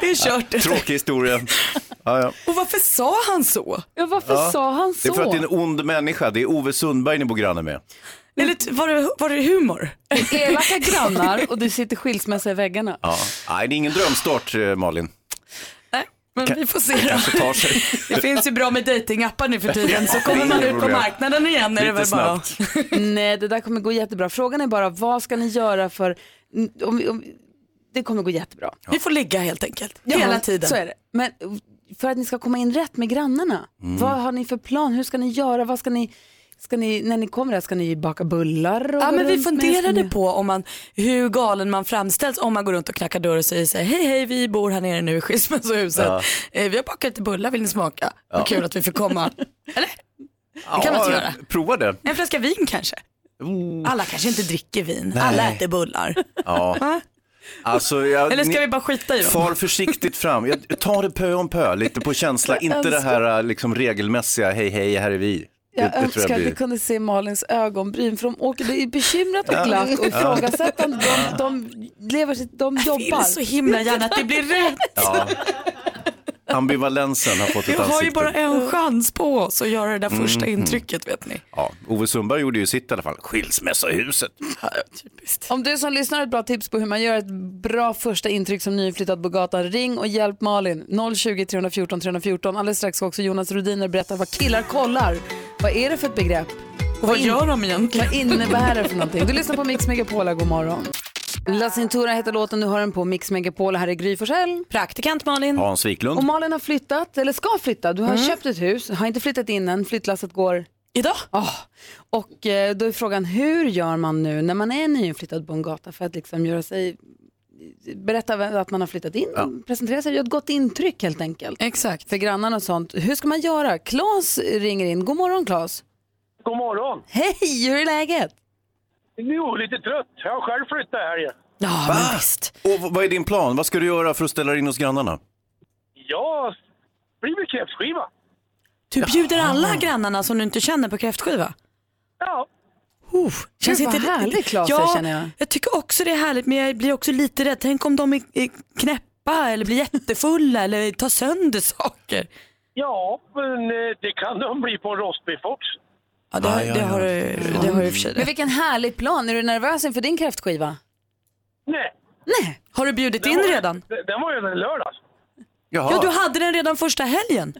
Det är kört. Tråkig historia. Ja, ja. Och varför sa han så? Ja, varför sa han så? Det är för att det är en ond människa. Det är Ove Sundberg ni bor granne med. Eller t- var det, var det humor? Elaka grannar och du sitter skilsmässa i väggarna. Ja. Nej, det är ingen drömstart, eh, Malin. Nej, men vi får se då. Kanske tar sig. (laughs) Det finns ju bra med datingappar nu för tiden så kommer man ut på marknaden igen är det väl Lite bara. snabbt. Nej, det där kommer gå jättebra. Frågan är bara vad ska ni göra för... Om, om, det kommer gå jättebra. Vi får ligga helt enkelt. Hela tiden. Så är det. Men för att ni ska komma in rätt med grannarna, Mm. vad har ni för plan? Hur ska ni göra? Vad ska ni, ska ni, när ni kommer där, ska ni baka bullar? Och Ja, gå men vi runt med? Ska funderade ni- på om man, hur galen man framställs om man går runt och knackar dörr och säger så här, hej hej vi bor här nere nu i skilsmässohuset. Eh, vi har bakat lite bullar, vill ni smaka? Vad kul att vi får komma. Eller? Det kan man inte göra. Prova det. (laughs) En flaska vin kanske? Alla kanske inte dricker vin, alla äter bullar. Ja. Alltså, (laughs) jag, Eller ska ni- vi bara skita i dem? Far försiktigt fram. Jag tar det pö om pö, lite på känsla. Inte det här eh, liksom regelmässiga, hej hej, här är vi. Det, Jag det tror önskar jag att vi blir. kunde se Malins ögonbryn för de åker, det är bekymrat och glatt och ifrågasättande. De, de, lever sitt, de Jag vill jobbar. så himla gärna att det blir rätt. Ja. Ambivalensen (laughs) har fått Vi ett har ansikte. ju bara en chans på oss att göra det där första intrycket vet ni. Ja, Ove Sundberg gjorde ju sitt i alla fall. Skilsmässa i huset. Ja, typiskt. Om du som lyssnar har ett bra tips på hur man gör ett bra första intryck som nyinflyttad på gatan, ring och hjälp Malin. 020 314 314. Alldeles strax ska också Jonas Rhodiner berätta vad killar kollar. Vad är det för ett begrepp? Och vad gör de egentligen? Vad innebär det för någonting? Du lyssnar på Mix Megapola, god morgon. Lasse Intura heter låten, du hör den på Mix Megapola. Här är Gry Forssell. Praktikant Malin. Hans Wiklund. Och Malin har flyttat, eller ska flytta. Du har köpt ett hus, har inte flyttat in än, flyttlasset går Idag? Ja, och eh, då är frågan hur gör man nu när man är nyinflyttad på en gata för att liksom göra sig, berätta vem- att man har flyttat in, presentera sig, göra ett gott intryck helt enkelt. Exakt. För grannarna och sånt. Hur ska man göra? Claes ringer in. God morgon Claes. God morgon. Hej, hur är läget? Jo, lite trött. Jag har själv flyttat här. ja. Ja, men visst. Och v- vad är din plan? Vad ska du göra för att ställa dig in hos grannarna? Jag blir väl kräftskiva. Du bjuder alla grannarna som du inte känner på kräftskiva. Ja. Oh, känns vad inte- härlig Claes är, ja, känner jag. Jag tycker också det är härligt men jag blir också lite rädd. Tänk om de är, är knäppa eller blir jättefulla eller tar sönder saker. Ja, men eh, det kan de bli på en rostbiff också. Ja, det, har, det, har, du- det har du i och för sig Men rätt. vilken härlig plan. Är du nervös inför din kräftskiva? Nej, Nej. Har du bjudit in redan? den- den var ju den lördags. Jaha. Ja, du hade den redan första helgen.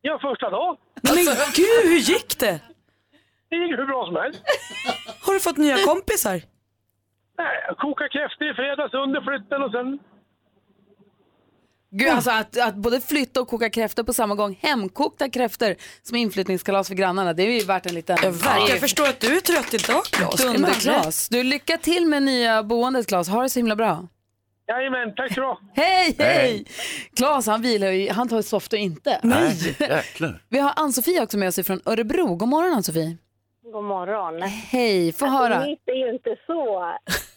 Ja, första dagen. Nej, Alltså- men gud, hur gick det? Det gick hur bra som helst. Har du fått nya kompisar? Nej, jag kokade kräftor i fredags under flytten och sen... Gud, alltså att, att både flytta och koka kräftor på samma gång, hemkokta kräftor som inflyttningskalas för grannarna, det är ju värt en liten... Jag, verkar, jag förstår att du är trött idag Claes. Dunderklas. Du, lycka till med nya boendet Klas. Ha det så himla bra. Jajamän, tack så bra. Hej, hej! Hej. Klas, han vilar ju, han tar soft och inte. Nej, jäklar. (laughs) Vi har Ann-Sofie också med oss från Örebro. God morgon Ann-Sofie. God morgon. Alltså, Hej, få höra. Mitt är ju inte så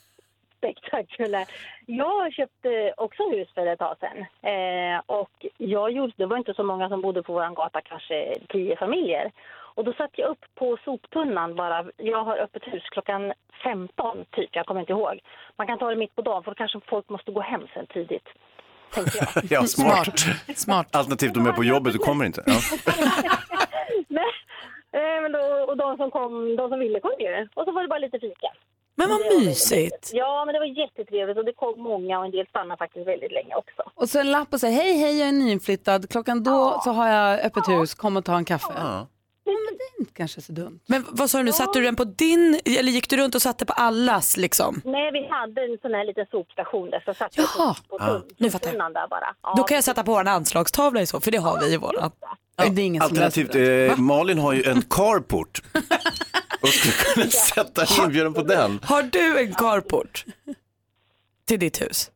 (laughs) spektakulärt. Jag köpte också hus för ett tag sedan. Eh, och jag gjorde, det var inte så många som bodde på vår gata, kanske tio familjer. Och då satte jag upp på soptunnan bara. Jag har öppet hus klockan 15 typ, jag kommer inte ihåg. Man kan ta det mitt på dagen för då kanske folk måste gå hem sen tidigt. (laughs) Tänkte jag. (laughs) Ja, smart. Smart. Alternativt de är på jobbet och kommer inte. Ja. Nej, eh, men då, och de som kom, de som ville kom ju. Och så var det bara lite fika. Men vad mysigt. Ja, men det var jättetrevligt och det kom många och en del stannade faktiskt väldigt länge också. Och så en lapp och säger hej, hej, jag är nyinflyttad. Klockan då så har jag öppet hus, kom och ta en kaffe. men det är inte kanske så dumt. Men vad sa du nu, satte du den på din, eller gick du runt och satte på allas liksom? Nej, vi hade en sån här liten sopstation där så satt vi Jaha. på, på tunn, nu fattar jag. tunnan där bara. Ja, Då kan jag sätta på en anslagstavla i så, för det har vi i våran. Det är ingen som löser Alternativt, det. eh, Malin har ju en (laughs) carport. Och skulle kunna sätta inbjudan på den. Har du en carport till ditt hus?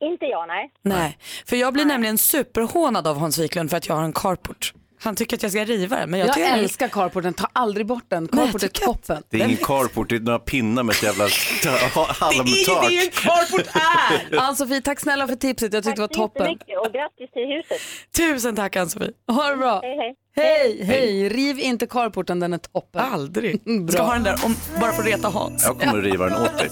Inte jag, nej. Nej, för jag blir nämligen superhånad av Hans Wiklund för att jag har en carport. Han tycker att jag ska riva den, men jag, Jag tycker älskar carporten, ta aldrig bort den. Carport är tycker jag toppen. Det är ingen carport, det är några pinnar med ett jävla (laughs) ta- halmtak. carport (laughs) är! Ann-Sofie, Alltså, tack snälla för tipset. Jag tyckte det var Tack så toppen. jättemycket och grattis till huset. Tusen tack Ann-Sofie. Ha det bra. Hej, hej. Hej, hej. Riv inte carporten, den är toppen. Aldrig. (laughs) Bra. Ska ha den där om, bara för att reta Hans. Jag kommer att riva den åt dig.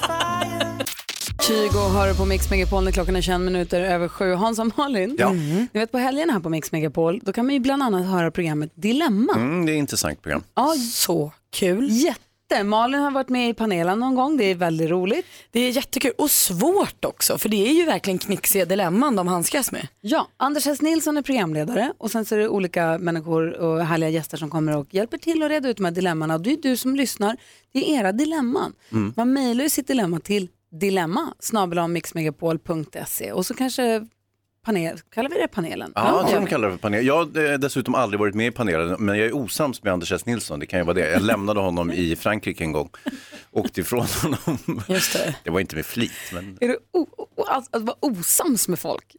Kygo hör på Mix Megapol när klockan är 21 minuter över sju. Hans och Malin, Mm. Ja. ni vet på helgen här på Mix Megapol, då kan man ju bland annat höra programmet Dilemma. Mm, det är ett intressant program. Ja, Så kul. jätte. Malin har varit med i panelen någon gång, det är väldigt roligt. Det är jättekul och svårt också för det är ju verkligen knixiga dilemman de handskas med. Ja, Anders S. Nilsson är programledare och sen så är det olika människor och härliga gäster som kommer och hjälper till att reda ut de här dilemmana. Och det är du som lyssnar, det är era dilemman. Man mejlar ju sitt dilemma till dilemma mixmegapol.se och så kanske panel, kallar vi det panelen? Ja, jag det tror gör de vi. kallar det för panel. Jag har eh, dessutom aldrig varit med i panelen, men jag är osams med Anders S. Nilsson, det kan ju vara det. Jag lämnade honom i Frankrike en gång, åkte ifrån honom. Just det. Det var inte med flit, men Är du o- o- alltså, att vara osams med folk?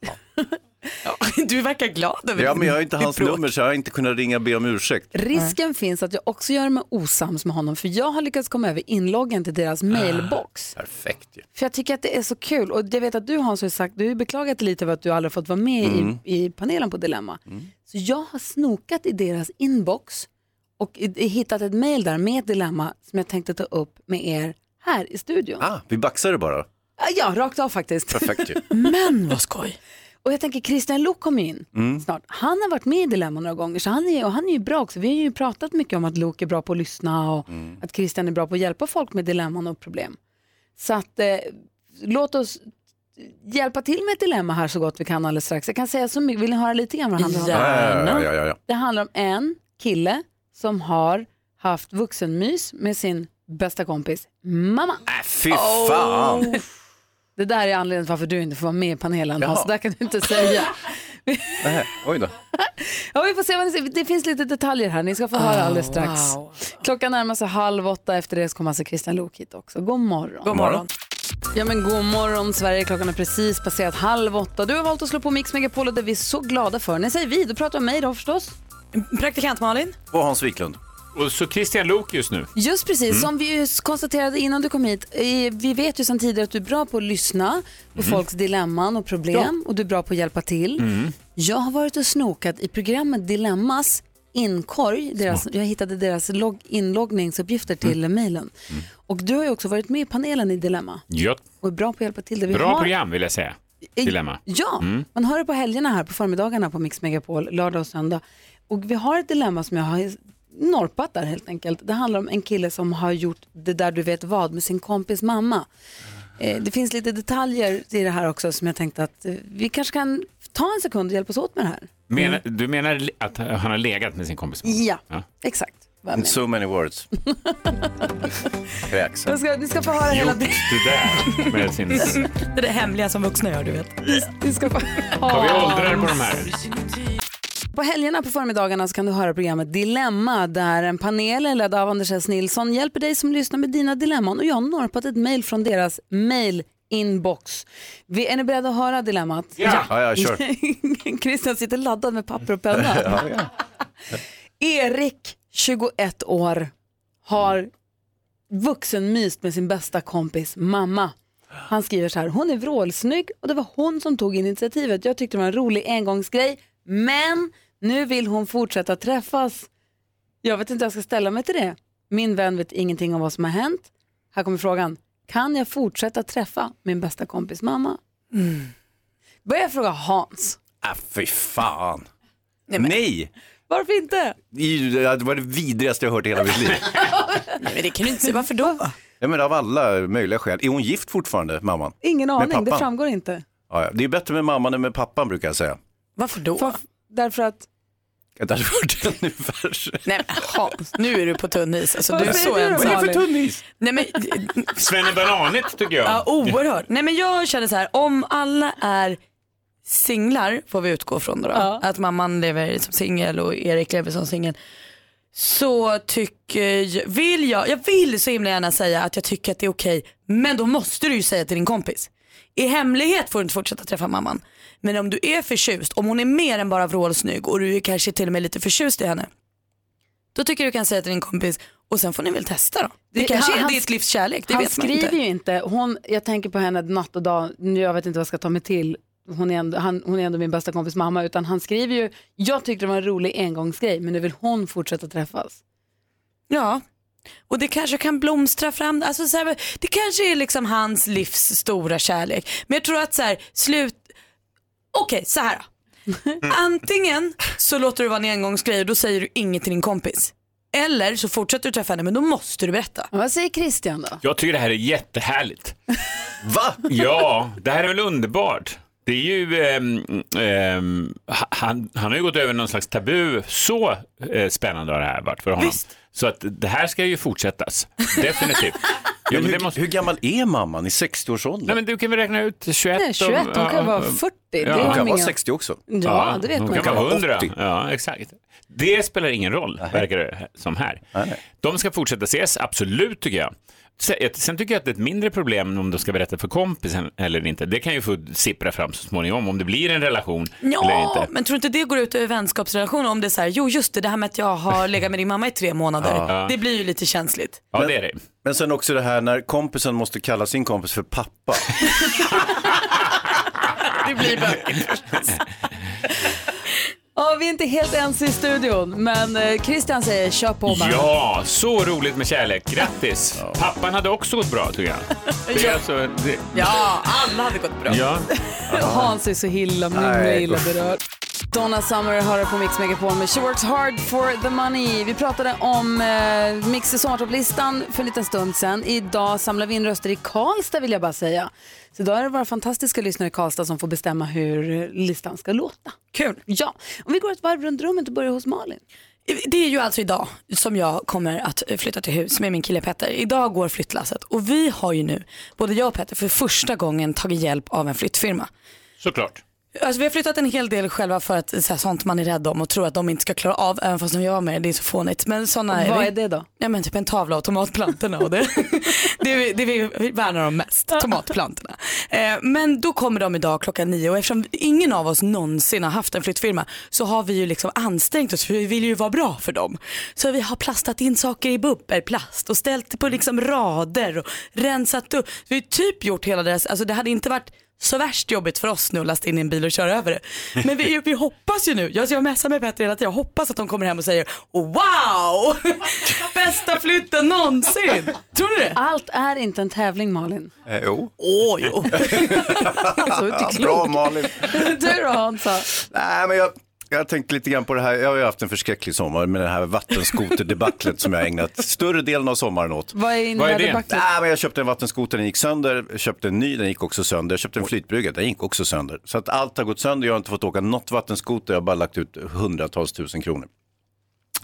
Du verkar glad över Ja, det. men jag har inte Det är hans bråk. nummer så jag har inte kunnat ringa och be om ursäkt. Risken finns att jag också gör mig osams med honom för jag har lyckats komma över inloggen till deras mailbox. Perfekt ju. För jag tycker att det är så kul och jag vet att du Hans har ju sagt, du har ju beklagat dig lite över att du aldrig fått vara med i, i panelen på Dilemma. Så jag har snokat i deras inbox och i- i- hittat ett mail där med ett dilemma som jag tänkte ta upp med er här i studion. Ah, vi baxar det bara. Ja, rakt av (laughs) faktiskt. (laughs) Perfekt ju. Men Mm, vad skoj. Och jag tänker Christian Lok kommer ju in snart. Han har varit med i Dilemma några gånger så han är, och han är ju bra också. Vi har ju pratat mycket om att Lok är bra på att lyssna och att Christian är bra på att hjälpa folk med dilemman och problem. Så att eh, låt oss hjälpa till med ett dilemma här så gott vi kan alldeles strax. Jag kan säga så mycket, vill ni höra lite grann vad det handlar om? Ja. Ja, ja, ja, ja. Det handlar om en kille som har haft vuxenmys med sin bästa kompis mamma. Äh, fy fan. Det där är anledningen till varför du inte får vara med i panelen. Jaha. Hans. Det där kan du inte säga. Nähä, Oj då. Ja, vi får se vad ni ser. Det finns lite detaljer här. Ni ska få höra alldeles strax. Ah, wow. Klockan närmar sig halv åtta. Efter det så kommer alltså Christian Lok hit också. God morgon. God morgon. Ja, men god morgon Sverige. Klockan är precis passerat halv åtta. Du har valt att slå på Mix Megapol och det är vi så glada för. När säger vi, då pratar du om mig då förstås. Praktikant Malin. Och Hans Wiklund. Och så Christian Lok just nu. Just precis, Mm. som vi ju konstaterade innan du kom hit. eh, Vi vet ju sedan tidigare att du är bra på att lyssna på Mm. folks dilemman och problem och du är bra på att hjälpa till. Mm. Jag har varit och snokat i programmet Dilemmas inkorg. Deras, jag hittade deras log, inloggningsuppgifter till Mm. mejlen. Och du har ju också varit med i panelen i Dilemma Ja, och är bra på att hjälpa till. Det vi bra har- program vill jag säga. Eh, Dilemma. Ja, man hör det på helgerna här på förmiddagarna på Mix Megapol, lördag och söndag. Och vi har ett dilemma som jag har norpat där helt enkelt. Det handlar om en kille som har gjort det där du vet vad med sin kompis mamma. Eh, det finns lite detaljer i det här också som jag tänkte att eh, vi kanske kan ta en sekund och hjälpas åt med det här. Menar, du menar le- att han har legat med sin kompis? Ja, Ja. exakt. Vad jag menar. So (laughs) many words. Kräks. Jag ska, ni ska få höra hela... Gjort det där med sin... Det är det hemliga som vuxna gör, du vet. Ni ska få... Har vi åldrar på de här? På helgerna på förmiddagarna så kan du höra programmet Dilemma där en panel ledd av Anders S. Nilsson hjälper dig som lyssnar med dina dilemman och jag har norpat ett mejl från deras mejlinbox. Vi- Är ni beredda att höra dilemmat? Ja. Ja, ja, kör. (laughs) (laughs) Christian sitter laddad med papper och penna. Erik, 21 år, har vuxenmyst med sin bästa kompis mamma. Han skriver så här, hon är vrålsnygg och det var hon som tog initiativet. Jag tyckte det var en rolig engångsgrej, men nu vill hon fortsätta träffas. Jag vet inte hur jag ska ställa mig till det. Min vän vet ingenting om vad som har hänt. Här kommer frågan, kan jag fortsätta träffa min bästa kompis mamma? Mm. Börjar jag fråga Hans, Äh, fy fan. Nej! varför inte? Det är ju- Det var det vidrigaste jag hört i hela mitt (laughs) liv. Nej, men det kan du inte säga. Varför då? Ja, men av alla möjliga skäl. Är hon gift fortfarande, mamman? Ingen aning, det pappan? framgår inte. Ja, ja. Det är bättre med mamman än med pappan brukar jag säga. Varför då? Varf- därför att Det (laughs) hade varit ännu värre. Nej men Hans, nu är du på tunn is. Alltså, du är så Vad är det för ensam. tunnis? Nej men, Svenne Bananigt tycker jag. ja, oerhört. Nej men jag känner så här, om alla är singlar, får vi utgå från då, då. att mamman lever som singel och Erik lever som singel. Så tycker jag, vill jag, jag vill så himla gärna säga att jag tycker att det är okej, men då måste du ju säga till din kompis. I hemlighet får du inte fortsätta träffa mamman. Men om du är förtjust, om hon är mer än bara vrålsnygg och du är kanske till och med lite förtjust i henne. Då tycker jag du kan säga till din kompis och sen får ni väl testa då. Det, Det- kanske han- är han- ditt livs kärlek, det han vet man skriver inte. ju inte. Hon, jag tänker på henne natt och dag. Nu, Jag vet inte vad jag ska ta mig till. Hon är, ändå, han, hon är ändå min bästa kompis mamma. Utan han skriver ju, jag tyckte det var en rolig engångsgrej men nu vill hon fortsätta träffas. Ja, och det kanske kan blomstra fram. Alltså så här, det kanske är liksom hans livs stora kärlek. Men jag tror att så här, slut... Okej, så här då. Mm. Antingen så låter du vara en engångsgrej och då säger du inget till din kompis. Eller så fortsätter du träffa henne men då måste du berätta. Vad säger Christian då? Jag tycker det här är jättehärligt. Va? Ja, det här är väl underbart. Det är ju, ehm, eh, ehm, ha- han, han har ju gått över någon slags tabu. Så eh, spännande har det här varit för honom. Så att det här ska ju fortsättas, definitivt. ja, Men men hur, det måste... hur gammal är mamman i 60-årsåldern? Nej men du kan väl räkna ut 21? Nej, 21, hon kan ja, vara ja. 40. Det eh, Ja. har Hon kan de vara inga- 60 också. Ja, det vet hon man kan inte. vara 100. 80. Ja, exakt. Det spelar ingen roll, verkar det som här. De ska fortsätta ses, absolut tycker jag. Se- Sen tycker jag att det är ett mindre problem om de ska berätta för kompisen eller inte. Det kan ju få sippra fram så småningom om det blir en relation eller Ja, inte. men tror inte det går ut över vänskapsrelationer om det är så här, jo just det, det här med att jag har legat med din mamma i tre månader. Det blir ju lite känsligt. Ja, det är det. Men sen också det här när kompisen måste kalla sin kompis för pappa. Det blir bökigt. Ja, vi är inte helt ens i studion men eh, Christian säger kör på bara. Ja, så roligt med kärlek. Grattis! Pappan hade också gått bra tycker (laughs) jag. Det är alltså, det... Ja, alla hade gått bra. Ja. Hans är så himla, himla Nej, illa usch. berörd. Donna Summer hör på Mix Megapol med She Works Hard for the Money. Vi pratade om eh, Mix sommartopplistan för en liten stund sedan. Idag samlar vi in röster i Karlstad vill jag bara säga. Så idag är det våra fantastiska lyssnare i Karlstad som får bestämma hur listan ska låta. Kul. Ja, om vi går ett varv runt rummet och börjar hos Malin. Det är ju alltså idag som jag kommer att eh, flytta till hus med min kille Petter. Idag går flyttlasset och vi har ju nu, både jag och Petter, för första gången tagit hjälp av en flyttfirma. Såklart. Alltså vi har flyttat en hel del själva för att så här, sånt man är rädd om och tror att de inte ska klara av, även fast de gör med det, det är så fånigt. Men sådana är Vad vi. är det då? Nej men typ en tavla av tomatplantorna (laughs) och det, det, vi, det vi värnar om mest, tomatplantorna. Eh, men då kommer de idag klockan nio och eftersom ingen av oss någonsin har haft en flyttfirma så har vi ju liksom ansträngt oss för vi vill ju vara bra för dem. Så vi har plastat in saker i bubbelplast och ställt på liksom rader och rensat upp. Vi har ju typ gjort hela deras, alltså det hade inte varit så värst jobbigt för oss nu att lasta in i en bil och köra över det. Men vi, vi hoppas ju nu, jag, jag messar med Petter hela tiden, jag hoppas att de kommer hem och säger wow, (laughs) bästa flytten någonsin. Tror ni det? Allt är inte en tävling Malin. (laughs) Eh, jo. Åh, jo. Så är du inte Bra klok. Malin. Du då Hansa? Nej, men jag, jag har tänkt lite grann på det här. Jag har ju haft en förskräcklig sommar med det här vattenskoterdebaclet som jag har ägnat större delen av sommaren åt. Vad är Vad innebär är det? debaclet? Nej, men jag köpte en vattenskoter, den gick sönder. Jag köpte en ny, den gick också sönder. Jag köpte en flytbrygga, den gick också sönder. Så att allt har gått sönder. Jag har inte fått åka något vattenskoter. Jag har bara lagt ut hundratals tusen kronor.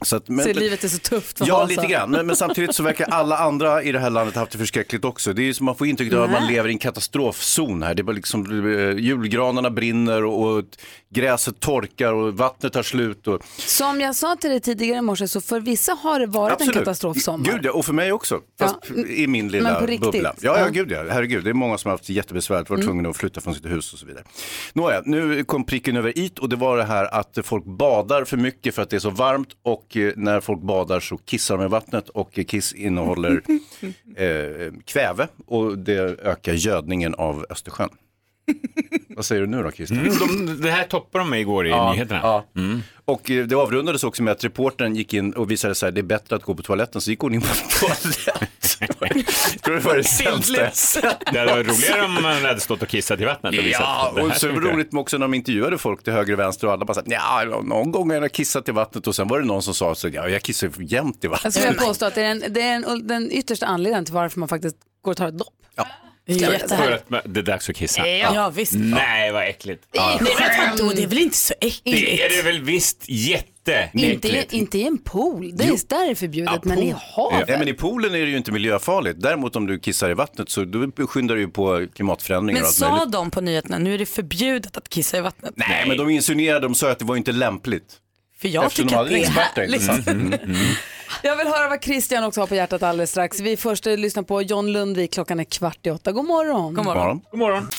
Så, att, men, Så livet är så tufft för Ja, Hansa. lite grann. Men, men samtidigt så verkar alla andra i det här landet haft det förskräckligt också. Det är ju som man får intrycket av att man lever i en katastrofzon här. Det är bara liksom, eh, julgranarna brinner och, och gräset torkar och vattnet tar slut. Och... Som jag sa till dig tidigare i morse så för vissa har det varit en katastrofsommar. Gud ja, och för mig också. Fast Ja. Mm. i min lilla Men på riktigt. bubbla. Ja, ja, Ja. Mm. gud ja. Herregud, det är många som har haft jättebesvär, varit tvungna att flytta från sitt hus och så vidare. Nåja, nu kom pricken över it och det var det här att folk badar för mycket för att det är så varmt och eh, när folk badar så kissar de i vattnet och eh, (laughs) kiss innehåller eh, kväve och det ökar gödningen av Östersjön. Vad säger du nu då, Christer? De, det här toppade de med igår i nyheterna. Ja. Och eh, det avrundades också med att reportern gick in och visade så här, det är bättre att gå på toaletten, så gick hon in på (laughs) toaletten. Jag tror det var det sämsta jag sett. Det hade varit roligare om man hade stått och kissat i vattnet och visat Ja, det här och så funkar. roligt med också när de intervjuade folk till höger och vänster och alla bara så här, "Nja, någon gång har jag kissat i vattnet och sen var det någon som sa så ja, jag kissar ju jämt i Alltså vattnet. jag vill påstå att det är, en, det är en, den yttersta anledningen till varför man faktiskt går och tar ett dopp. Det är För jättehärligt. att ma- det är dags att kissa. Ja. Ja, visst. Mm. Nej, vad äckligt. Ja. Nej men vadå, det är väl inte så äckligt? Det är det väl visst jätteäckligt. Inte, i- inte i en pool, det är, där är det förbjudet, men i havet. Ja, men i poolen är det ju inte miljöfarligt. Däremot om du kissar i vattnet så då skyndar du ju på klimatförändringar Men och allt sa möjligt. de på nyheterna, nu är det förbjudet att kissa i vattnet? Nej, men de insinuerade, de sa att det var inte lämpligt. För jag Eftersom tycker de att hade det är experter. härligt. Mm, mm, mm. Jag vill höra vad Christian också har på hjärtat alldeles strax. Vi först eh, lyssnar på John Lundvik, klockan är kvart i åtta. God morgon. God morgon. God morgon.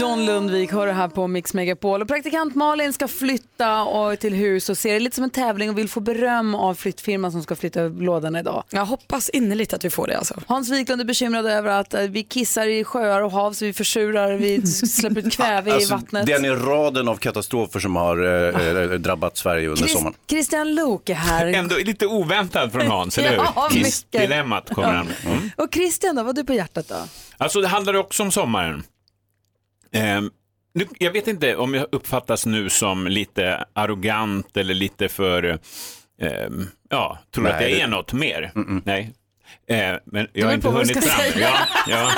John Lundvik hör du här på Mix Megapol. Och praktikant Malin ska flytta och till hus och ser det lite som en tävling och vill få beröm av flyttfirman som ska flytta lådorna idag. Jag hoppas innerligt att vi får det alltså. Hans Wiklund är bekymrad över att eh, vi kissar i sjöar och hav så vi försurar, vi (laughs) s- släpper ut kväve i Alltså, vattnet. Den är raden av katastrofer som har eh, eh, drabbat Sverige under sommaren. Christian Lok är här. (laughs) Ändå lite oväntad från Hans, eller hur? Ja, mycket. Kissdilemmat kommer han med. Mm. Och Christian då, vad har du på hjärtat då? Alltså det handlar också om sommaren. Ehm, nu, jag vet inte om jag uppfattas nu som lite arrogant eller lite för, ehm, ja, tror Nej, att jag det- är något mer. Nej. Eh, men jag beror har inte på vad du hunnit ska fram. säga. Ja, ja.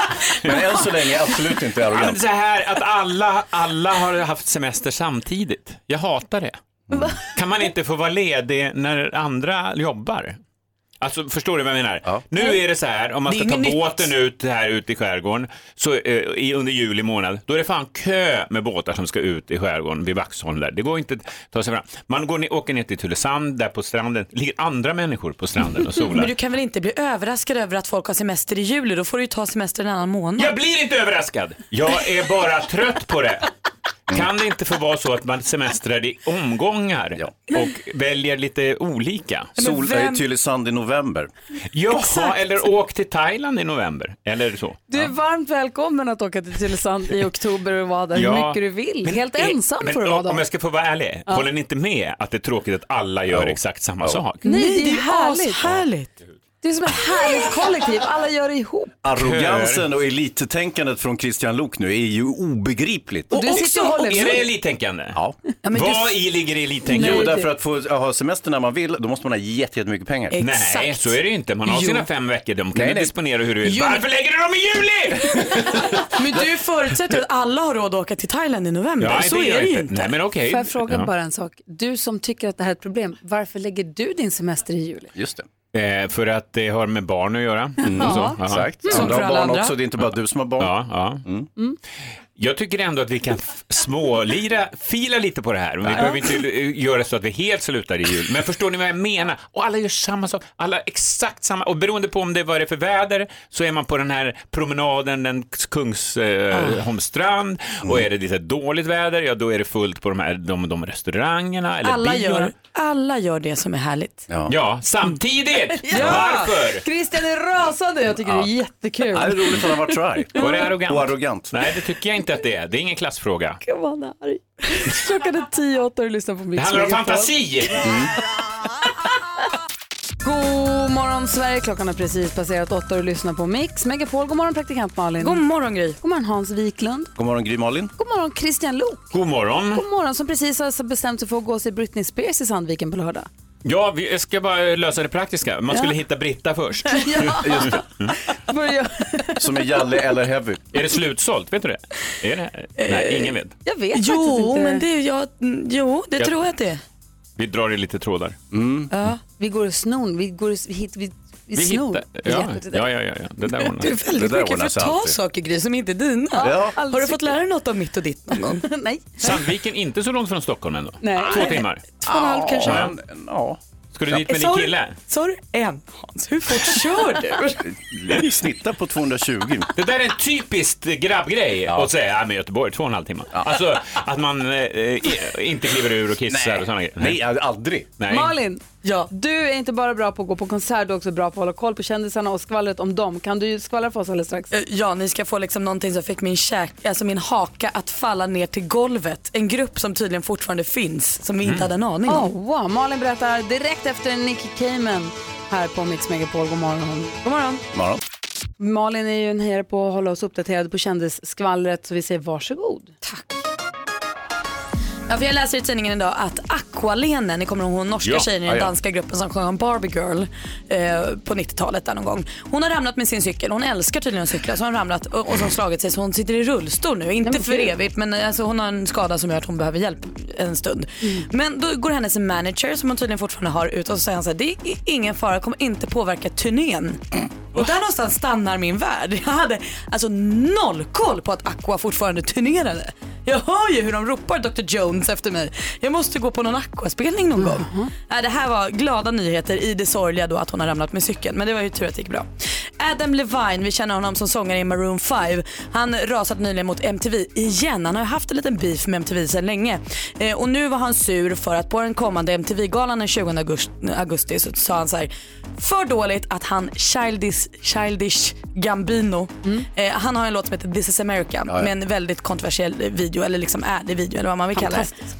Men än så länge absolut inte Ja, men arrogant. så här att alla, alla har haft semester samtidigt. Jag hatar det. Kan man inte få vara ledig när andra jobbar? Alltså förstår du vad jag menar? Nu är det så här, om man Det är ska ta inget nytt. båten ut här ute i skärgården så, eh, i, under juli månad, då är det fan kö med båtar som ska ut i skärgården vid Vaxholm där. Det går inte att ta sig fram. Man går ner, åker ner till Tylösand, där på stranden ligger andra människor på stranden och solar. Men du kan väl inte bli överraskad över att folk har semester i juli? Då får du ju ta semester en annan månad. Jag blir inte överraskad. Jag är bara trött på det. Kan det inte få vara så att man semestrar i omgångar och väljer lite olika? Men Sol- vem- äh, Tylösand i november. Jaha, Exakt. eller åk till Thailand i november. Eller så. Du är varmt välkommen att åka till Tylösand (laughs) i oktober och vara där hur Ja. mycket du vill. Men Helt är- ensam men får du vara Om då. jag ska få vara ärlig, Ja. håller ni inte med att det är tråkigt att alla gör exakt samma sak? Nej, det är härligt. härligt. Det är som ett härligt kollektiv, alla gör det ihop. Arrogansen och elittänkandet från Christian Lok nu är ju obegripligt. Och du sitter och håller är med. det elittänkande? Ja. Ja, men Vad du- i ligger i elittänkande? Jo, därför att få eh, ha semester när man vill, då måste man ha jätte- jättemycket pengar. Nej, så är det ju inte. Man har Jo. sina fem veckor, de kan Nej, du nej. disponera hur du vill. Jo, Varför lägger du dem i juli? Men du förutsätter att alla har råd att åka till Thailand i november. Ja, nej, så det är gör det ju inte. inte. Nej, men okej. Får jag fråga Ja. bara en sak? Du som tycker att det här är ett problem, varför lägger du din semester i juli? Just det. Eh, för att det har med barn att göra. och så. Ja. Jaha. Exakt. Som Andra har för alla barn andra. också, det är inte bara du som har barn. Ja, ja. Jag tycker ändå att vi kan f- smålira, fila lite på det här. Men vi Ja. behöver inte eh, göra så att vi helt slutar i jul. Men förstår ni vad jag menar? Och alla gör samma sak, alla exakt samma. Och beroende på om det vad det är för väder så är man på den här promenaden, den Kungsholms eh, Holmstrand. Och är det lite dåligt väder, ja då är det fullt på de här de, de restaurangerna. Eller Alla biorna. gör, alla gör det som är härligt. Ja, samtidigt! Ja. Varför? Christian är rasande, jag tycker Ja. det är jättekul. Ja, det är roligt att han har varit så arg. Var det arrogant? Och arrogant. Nej, det tycker jag inte att det är. Det är ingen klassfråga. Gud vad han är (laughs) arg. Klockan är tio och åtta och du lyssnar på Mix Det handlar om Megapol. fantasi! God morgon Sverige, klockan har precis passerat åtta och du lyssnar på Mix Megapol. God morgon praktikant Malin. God morgon Gry. God morgon Hans Wiklund. God morgon Gry Malin. God morgon Christian Lok. God morgon. God morgon som precis har bestämt sig för att gå och se Britney Spears i Sandviken på lördag. Ja, vi jag ska bara eh, lösa det praktiska. Man skulle Ja. hitta Britta först. (laughs) Ja. Just (laughs) Börja- Som är Jalle eller Heavy. Är det slutsålt? Vet du det? Är det? Nej, ingen vet. Jag vet jo, faktiskt inte. Men det, jag, mm, jo, det Jag- tror jag att det är. Vi drar i lite trådar. Ja, vi går och snor, vi går och hit, vi, vi, Vi snor. hittar- Ja, ja, ja, ja, ja. Det där ordnar Du är väldigt sig. Det där mycket för ordnar att sig ta alltid. saker Gry som inte är dina. Ja. Har du fått lära dig något om mitt och ditt någon (laughs) gång? (laughs) Nej. Sandviken, inte så långt från Stockholm ändå. Nej. Två timmar. Två och en halv kanske. Ja. Ja. Ska du dit med din Sorry. kille? Sorry, en Hans. Hur fort kör (laughs) du? Snittar på 220. Det där är en typisk grabbgrej att säga, ja men Göteborg, två och en halv timme. Alltså att man eh, eh, inte kliver ur och kissar och sådana grejer. Nej, aldrig. Nej. Malin, du är inte bara bra på att gå på konsert, du är också bra på att hålla koll på kändisarna och skvallret om dem. Kan du skvallra för oss alldeles strax? Eh, Ja, ni ska få liksom någonting som fick min, käk, alltså min haka att falla ner till golvet. En grupp som tydligen fortfarande finns, som vi Mm. inte hade en aning Oh, om. wow. Malin berättar direkt efter Nicky Cayman här på Mix Megapol. God morgon. God morgon. Morgon. Malin är ju en hejare på att hålla oss uppdaterade på kändisskvallret så vi säger varsågod. Tack. Ja, för jag läser i tidningen idag att Aqualene, ni kommer ihåg hon norska Ja, tjejen i den ja, ja. danska gruppen som sjöng om Barbie Girl eh, på 90-talet där någon gång. Hon har ramlat med sin cykel, hon älskar tydligen att cykla, så hon har ramlat och, och så har hon slagit sig så hon sitter i rullstol nu. Inte för evigt men eh, alltså, hon har en skada som gör att hon behöver hjälp en stund. Mm. Men då går hennes manager som hon tydligen fortfarande har ut och så säger han så här, det är ingen fara, kommer inte påverka turnén. Och där någonstans stannar min värld. Jag hade alltså noll koll på att Aqua fortfarande turnerade. Jag hör ju hur de ropar Dr Jones efter mig. Jag måste gå på någon Aqua-spelning någon gång. Äh, det här var glada nyheter i det sorgliga då att hon har ramlat med cykeln. Men det var ju tur att det gick bra. Adam Levine, vi känner honom som sångare i Maroon 5. Han rasat nyligen mot MTV igen. Han har ju haft en liten beef med MTV sedan länge. Eh, och nu var han sur för att på den kommande MTV-galan den 20 augusti, augusti så sa han så här. För dåligt att han Childish, Childish Gambino, eh, han har en låt som heter This is America Mm. Ja, ja. med en väldigt kontroversiell video eller liksom är det video eller vad man vill kalla det. Fantastiskt.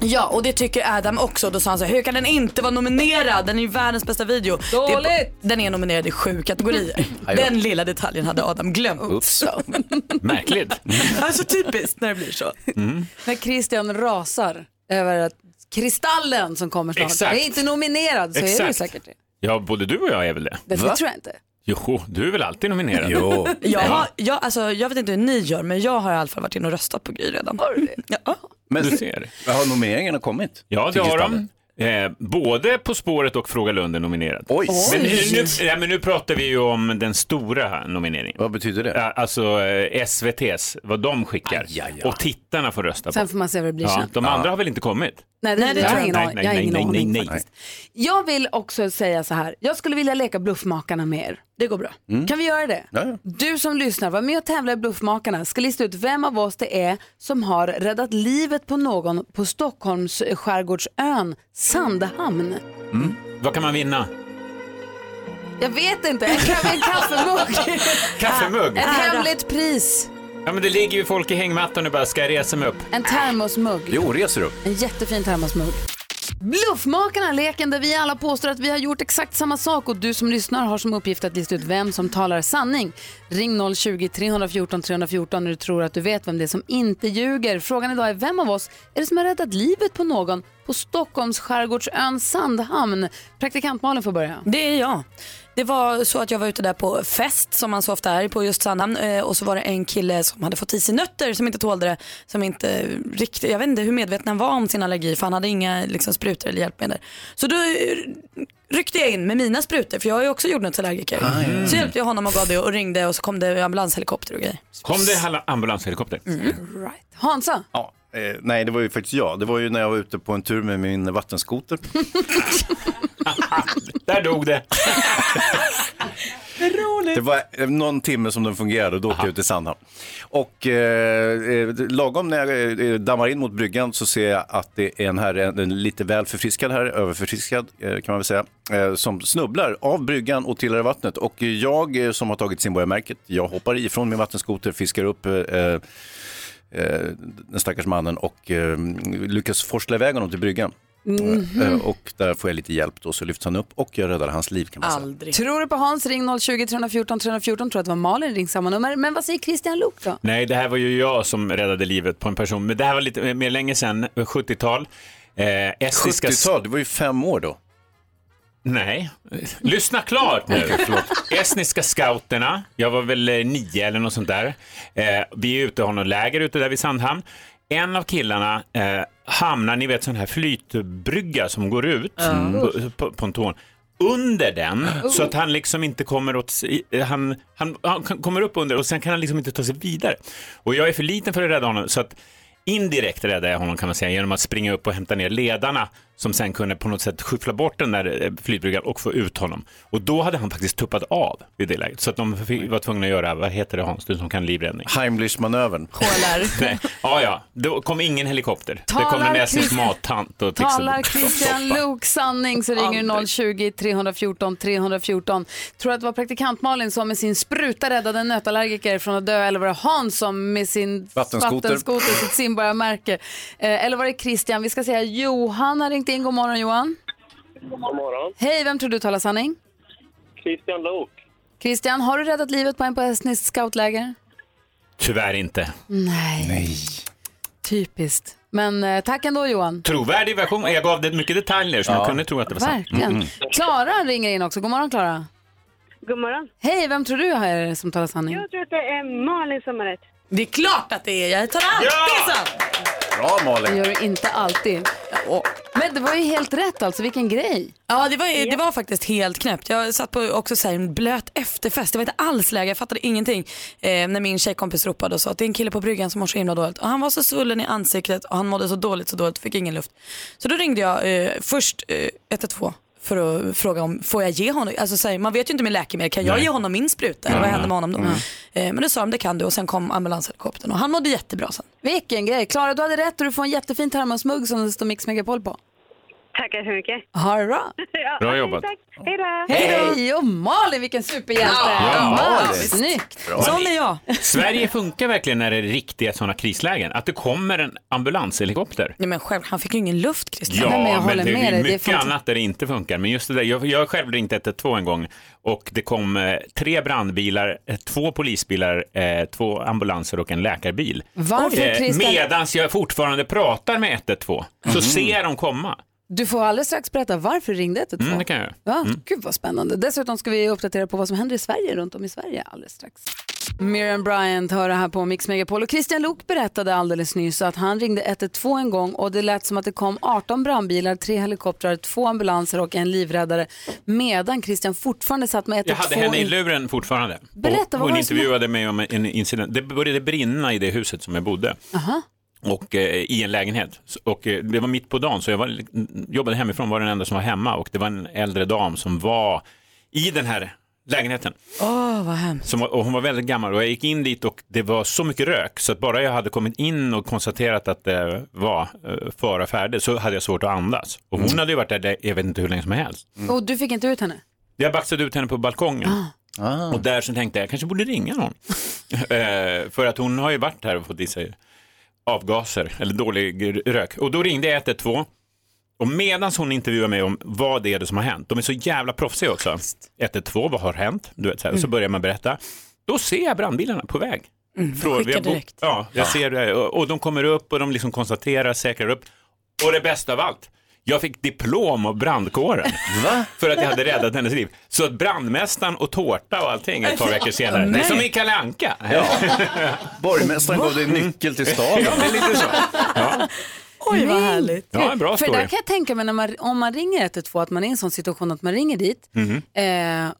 Ja, och det tycker Adam också. Då sa han så här, hur kan den inte vara nominerad? Den är ju världens bästa video. Det är, den är nominerad i sju (laughs) kategorier. Aj då. Den lilla detaljen hade Adam glömt. Oops. (laughs) Märkligt. (laughs) Alltså typiskt när det blir så. Mm. När Christian rasar över att Kristallen som kommer snart Exakt. är inte nominerad så är det ju Exakt. säkert det. Ja, både du och jag är väl det? Det tror jag inte. Jo, du är väl alltid nominerad? Jo. Jag, Ja. har, jag, alltså, jag vet inte hur ni gör men jag har i alla fall varit inne och röstat på Gry redan. Ja. Men Du ser. Har nomineringarna kommit? Ja, det till har Kristallen? de. Eh, både På spåret och Fråga Lund är nominerad. Oj. Men, nu, Oj. nu, ja, men nu pratar vi ju om den stora här nomineringen. Vad betyder det? Alltså eh, SVT's, vad de skickar. Och tittarna får rösta på. Sen får man se vad det blir sen. De andra har väl inte kommit? Nej, det, Nej, det jag tror har jag ingen inte. aning. Nej, Jag har nej, ingen nej, nej, aning nej. faktiskt. Jag vill också säga så här. Jag skulle vilja leka Bluffmakarna med er. Det går bra. Mm. Kan vi göra det? Ja, ja. Du som lyssnar, var med och tävla i Bluffmakarna. Ska lista ut vem av oss det är som har räddat livet på någon på Stockholms skärgårdsön Sandhamn. Mm. Vad kan man vinna? Jag vet inte, en, ka- en kaffemugg. (laughs) Kaffemugg? Ah. Ett hemligt pris. Ja, men det ligger ju folk i hängmattan och bara, ska jag resa mig upp? En termosmugg. Jo, reser upp. En jättefin termosmugg. Bluffmakarna, leken där vi alla påstår att vi har gjort exakt samma sak och du som lyssnar har som uppgift att lista ut vem som talar sanning. Ring 020-314 314 när du tror att du vet vem det är som inte ljuger. Frågan idag är vem av oss är det som har räddat livet på någon på Stockholms skärgårdsön Sandhamn? Praktikant Malin får börja. Det är jag. Det var så att jag var ute där på fest som man så ofta är på just Sandhamn eh, och så var det en kille som hade fått i sig nötter som inte tålde det. Som inte riktigt, jag vet inte hur medveten han var om sin allergi för han hade inga liksom, sprutor eller hjälpmedel. Så då eh, ryckte jag in med mina sprutor för jag är ju också jordnötsallergiker. Så hjälpte jag honom och gav det och ringde och så kom det ambulanshelikopter och grejer. Kom det hal- ambulanshelikopter? Mm. Hansa? Ja. Eh, nej, det var ju faktiskt jag. Det var ju när jag var ute på en tur med min vattenskoter. Där dog det. Det var eh, någon timme som den fungerade och då åkte jag ut till Sandhamn. Och eh, eh, lagom när jag eh, dammar in mot bryggan så ser jag att det är en herre, en, en lite väl förfriskad herre, överförfriskad eh, kan man väl säga, eh, som snubblar av bryggan och trillar i vattnet. Och jag eh, som har tagit simborgarmärket, jag hoppar ifrån min vattenskoter, fiskar upp eh, eh, den stackars mannen och eh, lyckas forsla iväg honom till bryggan. Mhm. Eh, Och där får jag lite hjälp då, så lyfts han upp och jag räddar hans liv kan man säga. Aldrig. Tror du på Hans, ring 020-314 314. Tror att det var Malin, ring samma nummer. Men vad säger Christian Luuk då? Nej, det här var ju jag som räddade livet på en person. Men det här var lite mer länge sedan, 70-tal. Eh, estniska... 70-tal, det var ju fem år då. Nej, lyssna klart nu. Okej, Estniska scouterna, jag var väl eh, nio eller något sånt där. Eh, vi är ute och har något läger ute där vid Sandhamn. En av killarna eh, hamnar, ni vet sån här flytbrygga som går ut Mm. på, på, på en tån. Under den, så att han liksom inte kommer åt, si- eh, han, han, han k- kommer upp under och sen kan han liksom inte ta sig vidare. Och jag är för liten för att rädda honom så att indirekt räddade jag honom kan man säga genom att springa upp och hämta ner ledarna som sen kunde på något sätt skyffla bort den där eh, flytbryggan och få ut honom. Och då hade han faktiskt tuppat av i det läget så att de fick- var tvungna att göra, vad heter det Hans, du som (laughs) kan livräddning? Heimlich-manövern. Nej, ja, ja, då kom ingen helikopter. det kom Talar en estnisk Chris- mattant och fixade Talar (laughs) Christian Luuk sanning så ringer du 020-314 314. Tror att det var praktikant Malin som med sin spruta räddade en nötallergiker från att dö eller var det Hans som med sin Vattenskoter. vattenskoter sitt simborgarmärke? Eh, eller var det Christian? Vi ska säga Johan har ringt in. God morgon Johan. God morgon. Hej, vem tror du talar sanning? Christian Lok. Christian, har du räddat livet på en på estniskt scoutläger? Tyvärr inte. Nej. Typiskt. Men eh, tack ändå Johan. Trovärdig version. Jag gav det mycket detaljer så man kunde tro att det var sant. Verkligen. Klara ringer in också. God morgon Klara. God morgon. Hej, vem tror du är det som talar sanning? Jag tror att det är Malin som har rätt. Det är klart att det är. Jag tar allt. Bra Det Malin. gör du inte alltid. Men det var ju helt rätt alltså, vilken grej. Ja, det var, det var faktiskt helt knäppt. Jag satt på också så här, en blöt efterfest. Det var inte alls läge, jag fattade ingenting. Eh, när min tjejkompis ropade och sa att det är en kille på bryggan som mår så himla dåligt. Och han var så svullen i ansiktet och han mådde så dåligt, så dåligt, fick ingen luft. Så då ringde jag eh, först eh, 112 för att fråga om, får jag ge honom? Alltså, så här, man vet ju inte med läkemedel, kan jag Nej. ge honom min spruta? Eller Mm. Vad hände med honom då? Eh, men då sa de, det kan du. Och sen kom ambulanshelikoptern och han mådde jättebra sen. Vilken grej. Klara, du hade rätt och du får en jättefin termosmugg som det står Mix Megapol på. Tackar så mycket. Ha det bra. Ja, Bra jobbat. Tack. Hej då. Hej och Malin, vilken superhjälte. Ja, Malin. Snyggt. Bra. Sån är jag. Sverige funkar verkligen när det är riktiga sådana krislägen. Att det kommer en ambulanshelikopter. Nej, men själv, han fick ju ingen luft Christian. Ja, men jag men, håller det med dig. är Det är mycket fantastiskt. annat där det inte funkar. Men just det där, jag, jag själv ringde 112 en gång och det kom eh, tre brandbilar, eh, två polisbilar, eh, två ambulanser och en läkarbil. Varför, Christian? Mhm. Medan jag fortfarande pratar med 112 så ser jag dem komma. Du får alldeles strax berätta varför du ringde 112. Mm, det kan jag göra. Ja, Mm. Gud vad spännande. Dessutom ska vi uppdatera på vad som händer i Sverige, runt om i Sverige alldeles strax. Miriam Bryant hör det här på Mix Megapol och Christian Lok berättade alldeles nyss att han ringde 112 en gång och det lät som att det kom 18 brandbilar, tre helikoptrar, två ambulanser och en livräddare medan Christian fortfarande satt med 112. Jag hade henne i in- luren fortfarande. Berätta, och, vad hon var det som- intervjuade mig om en incident. Det började brinna i det huset som jag bodde. Aha. och eh, i en lägenhet. S- Och eh, det var mitt på dagen, så jag var, jobbade hemifrån, var den enda som var hemma och det var en äldre dam som var i den här lägenheten. Åh, vad hemskt. Som, var- och hon var väldigt gammal och jag gick in dit och det var så mycket rök så att bara jag hade kommit in och konstaterat att det var eh, fara färde så hade jag svårt att andas. Och Mm. hon hade ju varit där, där jag vet inte hur länge som helst. Och du fick inte ut henne? Jag baxade ut henne på balkongen. Ah. Och där så tänkte jag, jag kanske borde (laughs) ringa någon. eh, för att hon har ju varit här och fått i sig avgaser eller dålig r- rök. Och då ringde jag 112. Och medan hon intervjuar mig om vad det är det som har hänt, de är så jävla proffsiga också. 112, vad har hänt? Du vet, så här, och så börjar man berätta. Då ser jag brandbilarna på väg. Mm, Från- skicka vi har bo- direkt. Ja, jag ser det. Och, och de kommer upp och de liksom konstaterar, säkrar upp. Och det bästa av allt, jag fick diplom av brandkåren. För att jag hade räddat hennes liv. Så att brandmästaren och tårta och allting ett par veckor senare. Det är Nej. som i Kalle Anka. Ja. Borgmästaren gav dig nyckel till staden. Ja, men lite så. Oj, vad härligt. Ja, en bra För story. där kan jag tänka mig när man, om man ringer 112 att man är i en sån situation att man ringer dit Mhm. Eh,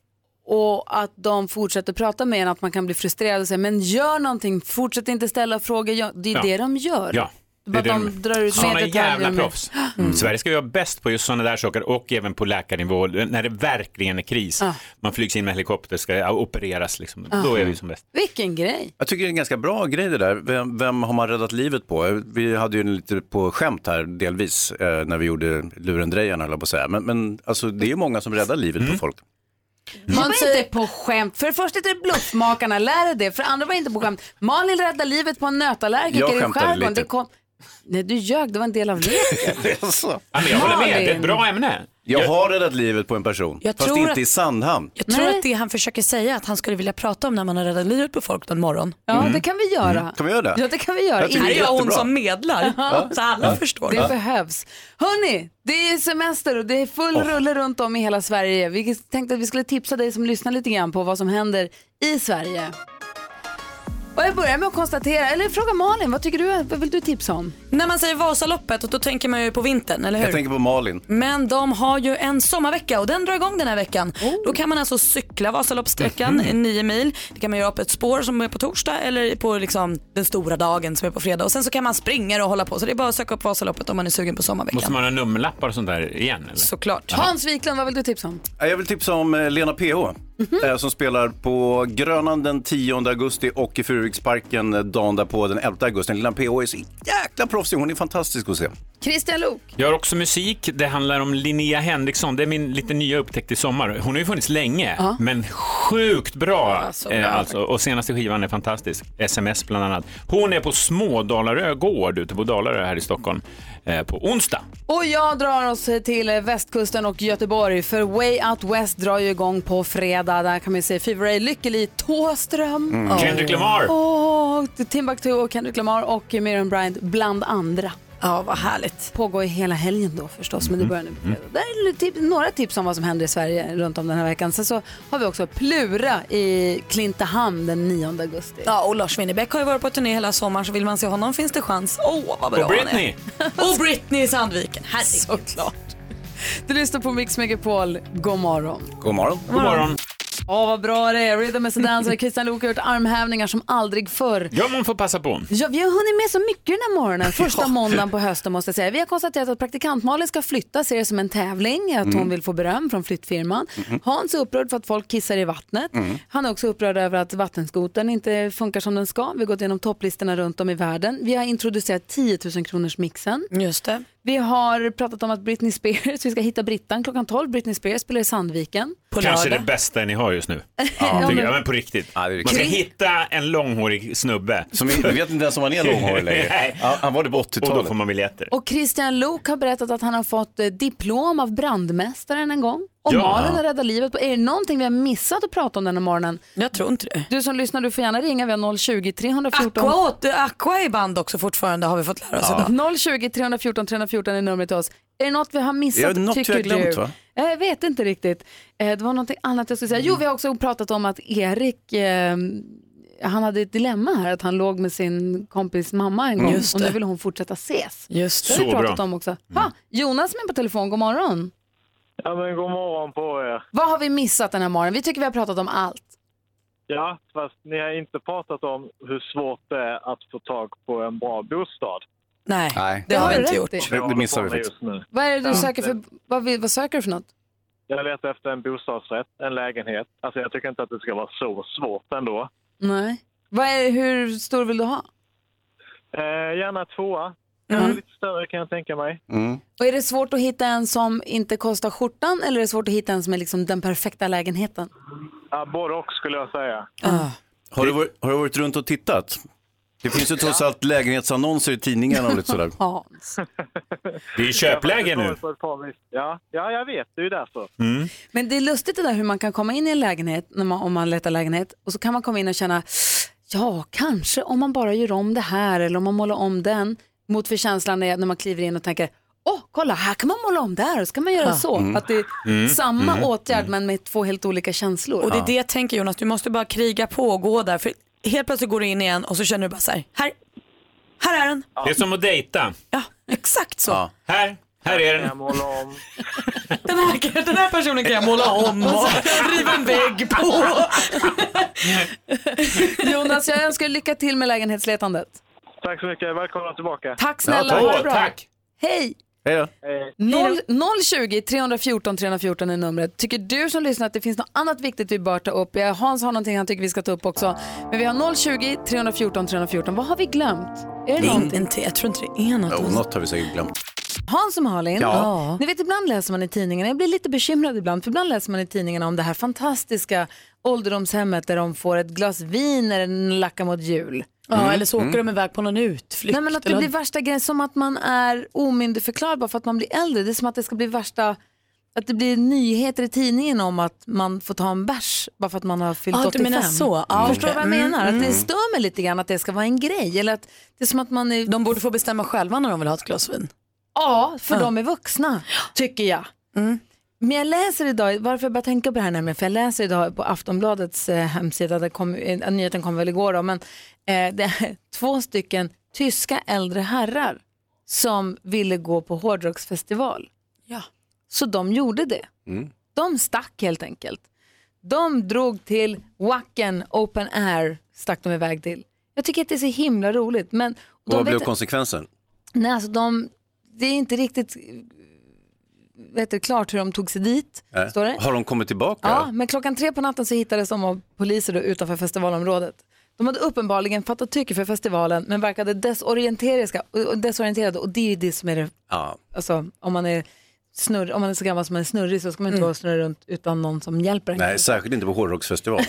och att de fortsätter prata med en, att man kan bli frustrerad och säga men gör någonting, fortsätt inte ställa frågor. Gör, det är Ja. det de gör. Ja. Bara de drar ut Mm. såna mer detaljer jävla om- proffs. Sverige ska ju vara bäst på just sådana där saker och även på läkarnivå när det verkligen är kris. Man flygs in med helikopter, ska opereras liksom. Ah. Då är vi som bäst. Vilken grej. Jag tycker det är en ganska bra grej det där. Vem, vem har man räddat livet på? Vi hade ju en lite på skämt här delvis eh, när vi gjorde lurendrejarna höll jag på att säga. Men, men alltså, det är ju många som räddar livet Mm. på (laughs) folk. Man säger inte på skämt. För det första heter det bluffmakarna, lär dig det. För det andra var inte på skämt. Malin räddade livet på en Jag nötallergiker i skämtade skärgården. lite. Det kom... Nej, du ljög. Det var en del av leken. Ja, men jag håller med, det är ett bra ämne. Jag har räddat livet på en person, Jag fast tror inte att- i Sandhamn. Jag tror att det han försöker säga att han skulle vilja prata om när man har räddat livet på folk någon morgon. Ja, det kan vi göra. Mm. Kan vi göra det? Ja, det kan vi göra. Jag tycker Här är jag hon jättebra. som medlar, Ja. så alla Ja. förstår. Det behövs. Hörni, det är semester och det är full rulle runt om i hela Sverige. Vi tänkte att vi skulle tipsa dig som lyssnar lite grann på vad som händer i Sverige. Och jag börjar med att konstatera, eller fråga Malin, vad tycker du, vad vill du tipsa om? När man säger Vasaloppet, och då tänker man ju på vintern, eller hur? Jag tänker på Malin. Men de har ju en sommarvecka och den drar igång den här veckan. Då kan man alltså cykla Vasaloppssträckan Mhm. 9 mil. Det kan man göra upp ett spår som är på torsdag eller på liksom den stora dagen som är på fredag. Och sen så kan man springa och hålla på. Så det är bara att söka upp Vasaloppet om man är sugen på sommarveckan. Måste man ha nummerlappar och sånt där igen? Eller? Såklart. Hans Wiklund, vad vill du tipsa om? Ja, Jag vill tipsa om eh, Lena PH eh, som spelar på Grönan den 10 augusti och i Furuviksparken eh, dagen därpå den 11 augusti. Lena PH är så jäkla proffsig, hon är fantastisk att se. Christian Lok. Jag har också musik. Det handlar om Linnea Henriksson. Det är min lite nya upptäckt i sommar. Hon har ju funnits länge, Ja. men sjukt bra. Alltså, eh, bra. alltså. Och senaste skivan är fantastisk. SMS bland annat. Hon är på Smådalarö gård ute på Dalarö här i Stockholm eh, på onsdag. Och jag drar oss till västkusten och Göteborg för Way Out West drar ju igång på fredag. Där kan man ju se Fever Ray, Lykkeli, Thåström. Mm. Kendrick Lamar. Åh, Dog, Timbuktu och Kendrick Lamar och Miriam Bryant bland andra. Ja, vad härligt. Pågår ju hela helgen då förstås, Mm. men det börjar nu på fredag. Det är lite tip- några tips om vad som händer i Sverige runt om den här veckan. Sen så har vi också Plura i Klintehamn den 9 augusti. Ja, och Lars Winnerbäck har ju varit på turné hela sommaren så vill man se honom finns det chans. Åh, vad bra Och Britney. han är. (laughs) och Britney i Sandviken, herregud. Såklart. Du lyssnar på Mix Megapol, god morgon. God morgon. God morgon. Åh, vad bra det är. Rhythm is a dancer. Christian Luuk har gjort armhävningar som aldrig förr. Ja, man får passa på. Ja, vi har hunnit med så mycket den här (laughs) morgonen. Första måndagen på hösten måste jag säga. Vi har konstaterat att praktikant Malin ska flytta, ser det som en tävling, att hon Mm. vill få beröm från flyttfirman. Mhm. Hans är upprörd för att folk kissar i vattnet. Mm. Han är också upprörd över att vattenskotern inte funkar som den ska. Vi har gått igenom topplistorna runt om i världen. Vi har introducerat 10 000 kronors mixen. Just det. Vi har pratat om att Britney Spears, (laughs) vi ska hitta Brittan klockan 12. Britney Spears spelar i Sandviken. Kanske det bästa ni har just nu. Ja, (laughs) Ja, tycker jag. men- ja, men på riktigt. Man ska riktigt. hitta en långhårig snubbe. Som vi (laughs) vet inte ens om han är långhårig längre. Han var det på 80-talet. Och då får man biljetter. Och Christian Lok har berättat att han har fått eh, diplom av brandmästaren en gång. Och Ja. Malin har räddat livet. på- Är det någonting vi har missat att prata om den här morgonen? Jag tror inte det. Du som lyssnar, du får gärna ringa. Vi har 020 314. Aqua, åt- Aqua är i band också fortfarande har vi fått lära oss idag. 020 314 314 är numret till oss. Är det något vi har missat? Är det något vi tycker har glömt, du? va? Jag vet inte riktigt. Eh, Det var något annat jag skulle säga. Jo, vi har också pratat om att Erik, eh, han hade ett dilemma här, att han låg med sin kompis mamma en gång Just och nu det. vill hon fortsätta ses. Just det. har vi Så pratat bra. om också. Ha, Jonas är med på telefon, god morgon. Ja, men god morgon på er. Vad har vi missat den här morgonen? Vi tycker vi har pratat om allt. Ja, fast ni har inte pratat om hur svårt det är att få tag på en bra bostad. Nej, Nej. det har vi inte rätt gjort. i. Det, det missar vi faktiskt. Vad är det du Ja. söker för, vad, vill- vad söker du för något? Jag letar efter en bostadsrätt, en lägenhet. Alltså jag tycker inte att det ska vara så svårt ändå. Nej. Vad är, hur stor vill du ha? Eh, gärna tvåa. Lite större kan jag tänka mig. Och är det svårt att hitta en som inte kostar skjortan eller är det svårt att hitta en som är liksom den perfekta lägenheten? Ja, både och skulle jag säga. Har, du varit, har du varit runt och tittat? Det finns ju trots allt lägenhetsannonser i tidningarna och lite sådär. Hans. Det är ju köpläge nu. På ett par vis. Ja, ja, jag vet. Det är ju därför. Men det är lustigt det där hur man kan komma in i en lägenhet när man, om man letar lägenhet och så kan man komma in och känna ja, kanske om man bara gör om det här eller om man målar om den mot för känslan är när man kliver in och tänker åh, kolla här kan man måla om där och så kan man göra Ja. så. Mm. Att det är Mm. samma Mm. åtgärd men med två helt olika känslor. Och det är det jag tänker Jonas, du måste bara kriga på och gå där. För helt plötsligt går du in igen och så känner du bara så här, här, här är den. Det är som att dejta. Exakt så. Här, här är den. Den, här, den här personen kan jag måla (laughs) om och riva en vägg på. Jonas, jag önskar dig lycka till med lägenhetsletandet. Tack så mycket. Välkomna tillbaka. Tack snälla, ha det bra. Hej! Hej då. Noll- 020 314 314 är numret. Tycker du som lyssnar att det finns något annat viktigt vi bör ta upp? Ja, Hans har någonting han tycker vi ska ta upp också. Men vi har 020 314 314. Vad har vi glömt? Är det någonting? inte, jag tror inte det är något. Jo, något har vi säkert glömt. Hans och Malin, Ja. Ja. ni vet ibland läser man i tidningarna, jag blir lite bekymrad ibland, för ibland läser man i tidningarna om det här fantastiska ålderdomshemmet där de får ett glas vin när den lackar mot jul. Ja, eller så åker de iväg på någon utflykt. Nej men att det eller- blir värsta grejen, som att man är omyndigförklarad bara för att man blir äldre. Det är som att det ska bli värsta, att det blir nyheter i tidningen om att man får ta en bärs bara för att man har fyllt Ah, du 85. menar så. Ah, Förstår du okej. vad jag Mm, menar? Att mm. det stör mig lite grann att det ska vara en grej. Eller att det är som att man är... De borde få bestämma själva när de vill ha ett glas vin. Ja, för Ja. de är vuxna, tycker jag. Men jag läser idag, varför jag börjar tänka på det här nämligen, för jag läser idag på Aftonbladets eh, hemsida, där kom, eh, nyheten kom väl igår då, men eh, det är (laughs) två stycken tyska äldre herrar som ville gå på hårdrocksfestival. Ja. Så de gjorde det. Mm. De stack helt enkelt. De drog till Wacken Open Air, stack de iväg till. Jag tycker att det är så himla roligt. Men, Och vad de blev vet- konsekvensen? Nej, alltså de, det är inte riktigt vet du, klart hur de tog sig dit. Nej. Står det? Eh, Har de kommit tillbaka? Ja, men klockan tre på natten så hittades de av poliser då, utanför festivalområdet. De hade uppenbarligen fattat tycke för festivalen men verkade desorienteriska- och- och desorienterade och det är ju det som är det, Ja. alltså om man är snurr, om man är så gammal som man är snurrig så ska man inte gå och snurra runt utan någon som hjälper en. Mm. Nej, särskilt inte på hårdrocksfestival.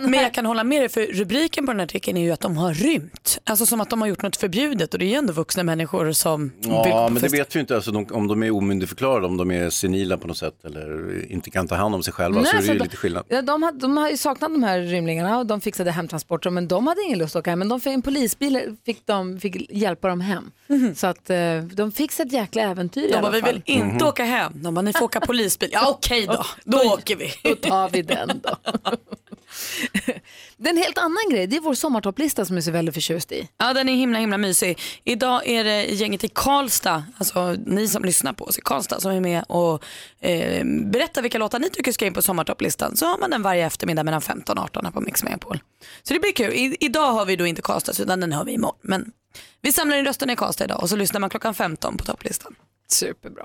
Men jag kan hålla med dig för rubriken på den här artikeln är ju att de har rymt. Alltså som att de har gjort något förbjudet och det är ju ändå vuxna människor som vill gå Ja, på men det fest. vet vi ju inte alltså, de, om de är omyndigförklarade, om de är senila på något sätt eller inte kan ta hand om sig själva så är det så ju alltså, de- lite skillnad. Ja, de, hade, de har ju saknat de här rymlingarna och de fixade hemtransporter men de hade ingen lust att åka hem. Men de fick en polisbil fick, de, fick hjälpa dem hem. Så att eh, de fick sig ett jäkla äventyr i Mhm. De bara, alla vi fall. vill inte Mm. åka hem. De bara, ni får åka polisbil. Ja okej då, då åker vi. Då tar vi den då. (laughs) Det är en helt annan grej, det är vår sommartopplista som jag är så väldigt förtjust i. Ja, den är himla himla mysig. Idag är det gänget i Karlstad, alltså ni som lyssnar på oss i Karlstad som är med och eh, berättar vilka låtar ni tycker ska in på sommartopplistan. Så har man den varje eftermiddag mellan 15 och 18 här på Mix Megapol. Så det blir kul. I, idag har vi då inte Karlstad utan den har vi imorgon. Men vi samlar in rösterna i Karlstad idag och så lyssnar man klockan 15 på topplistan. Superbra.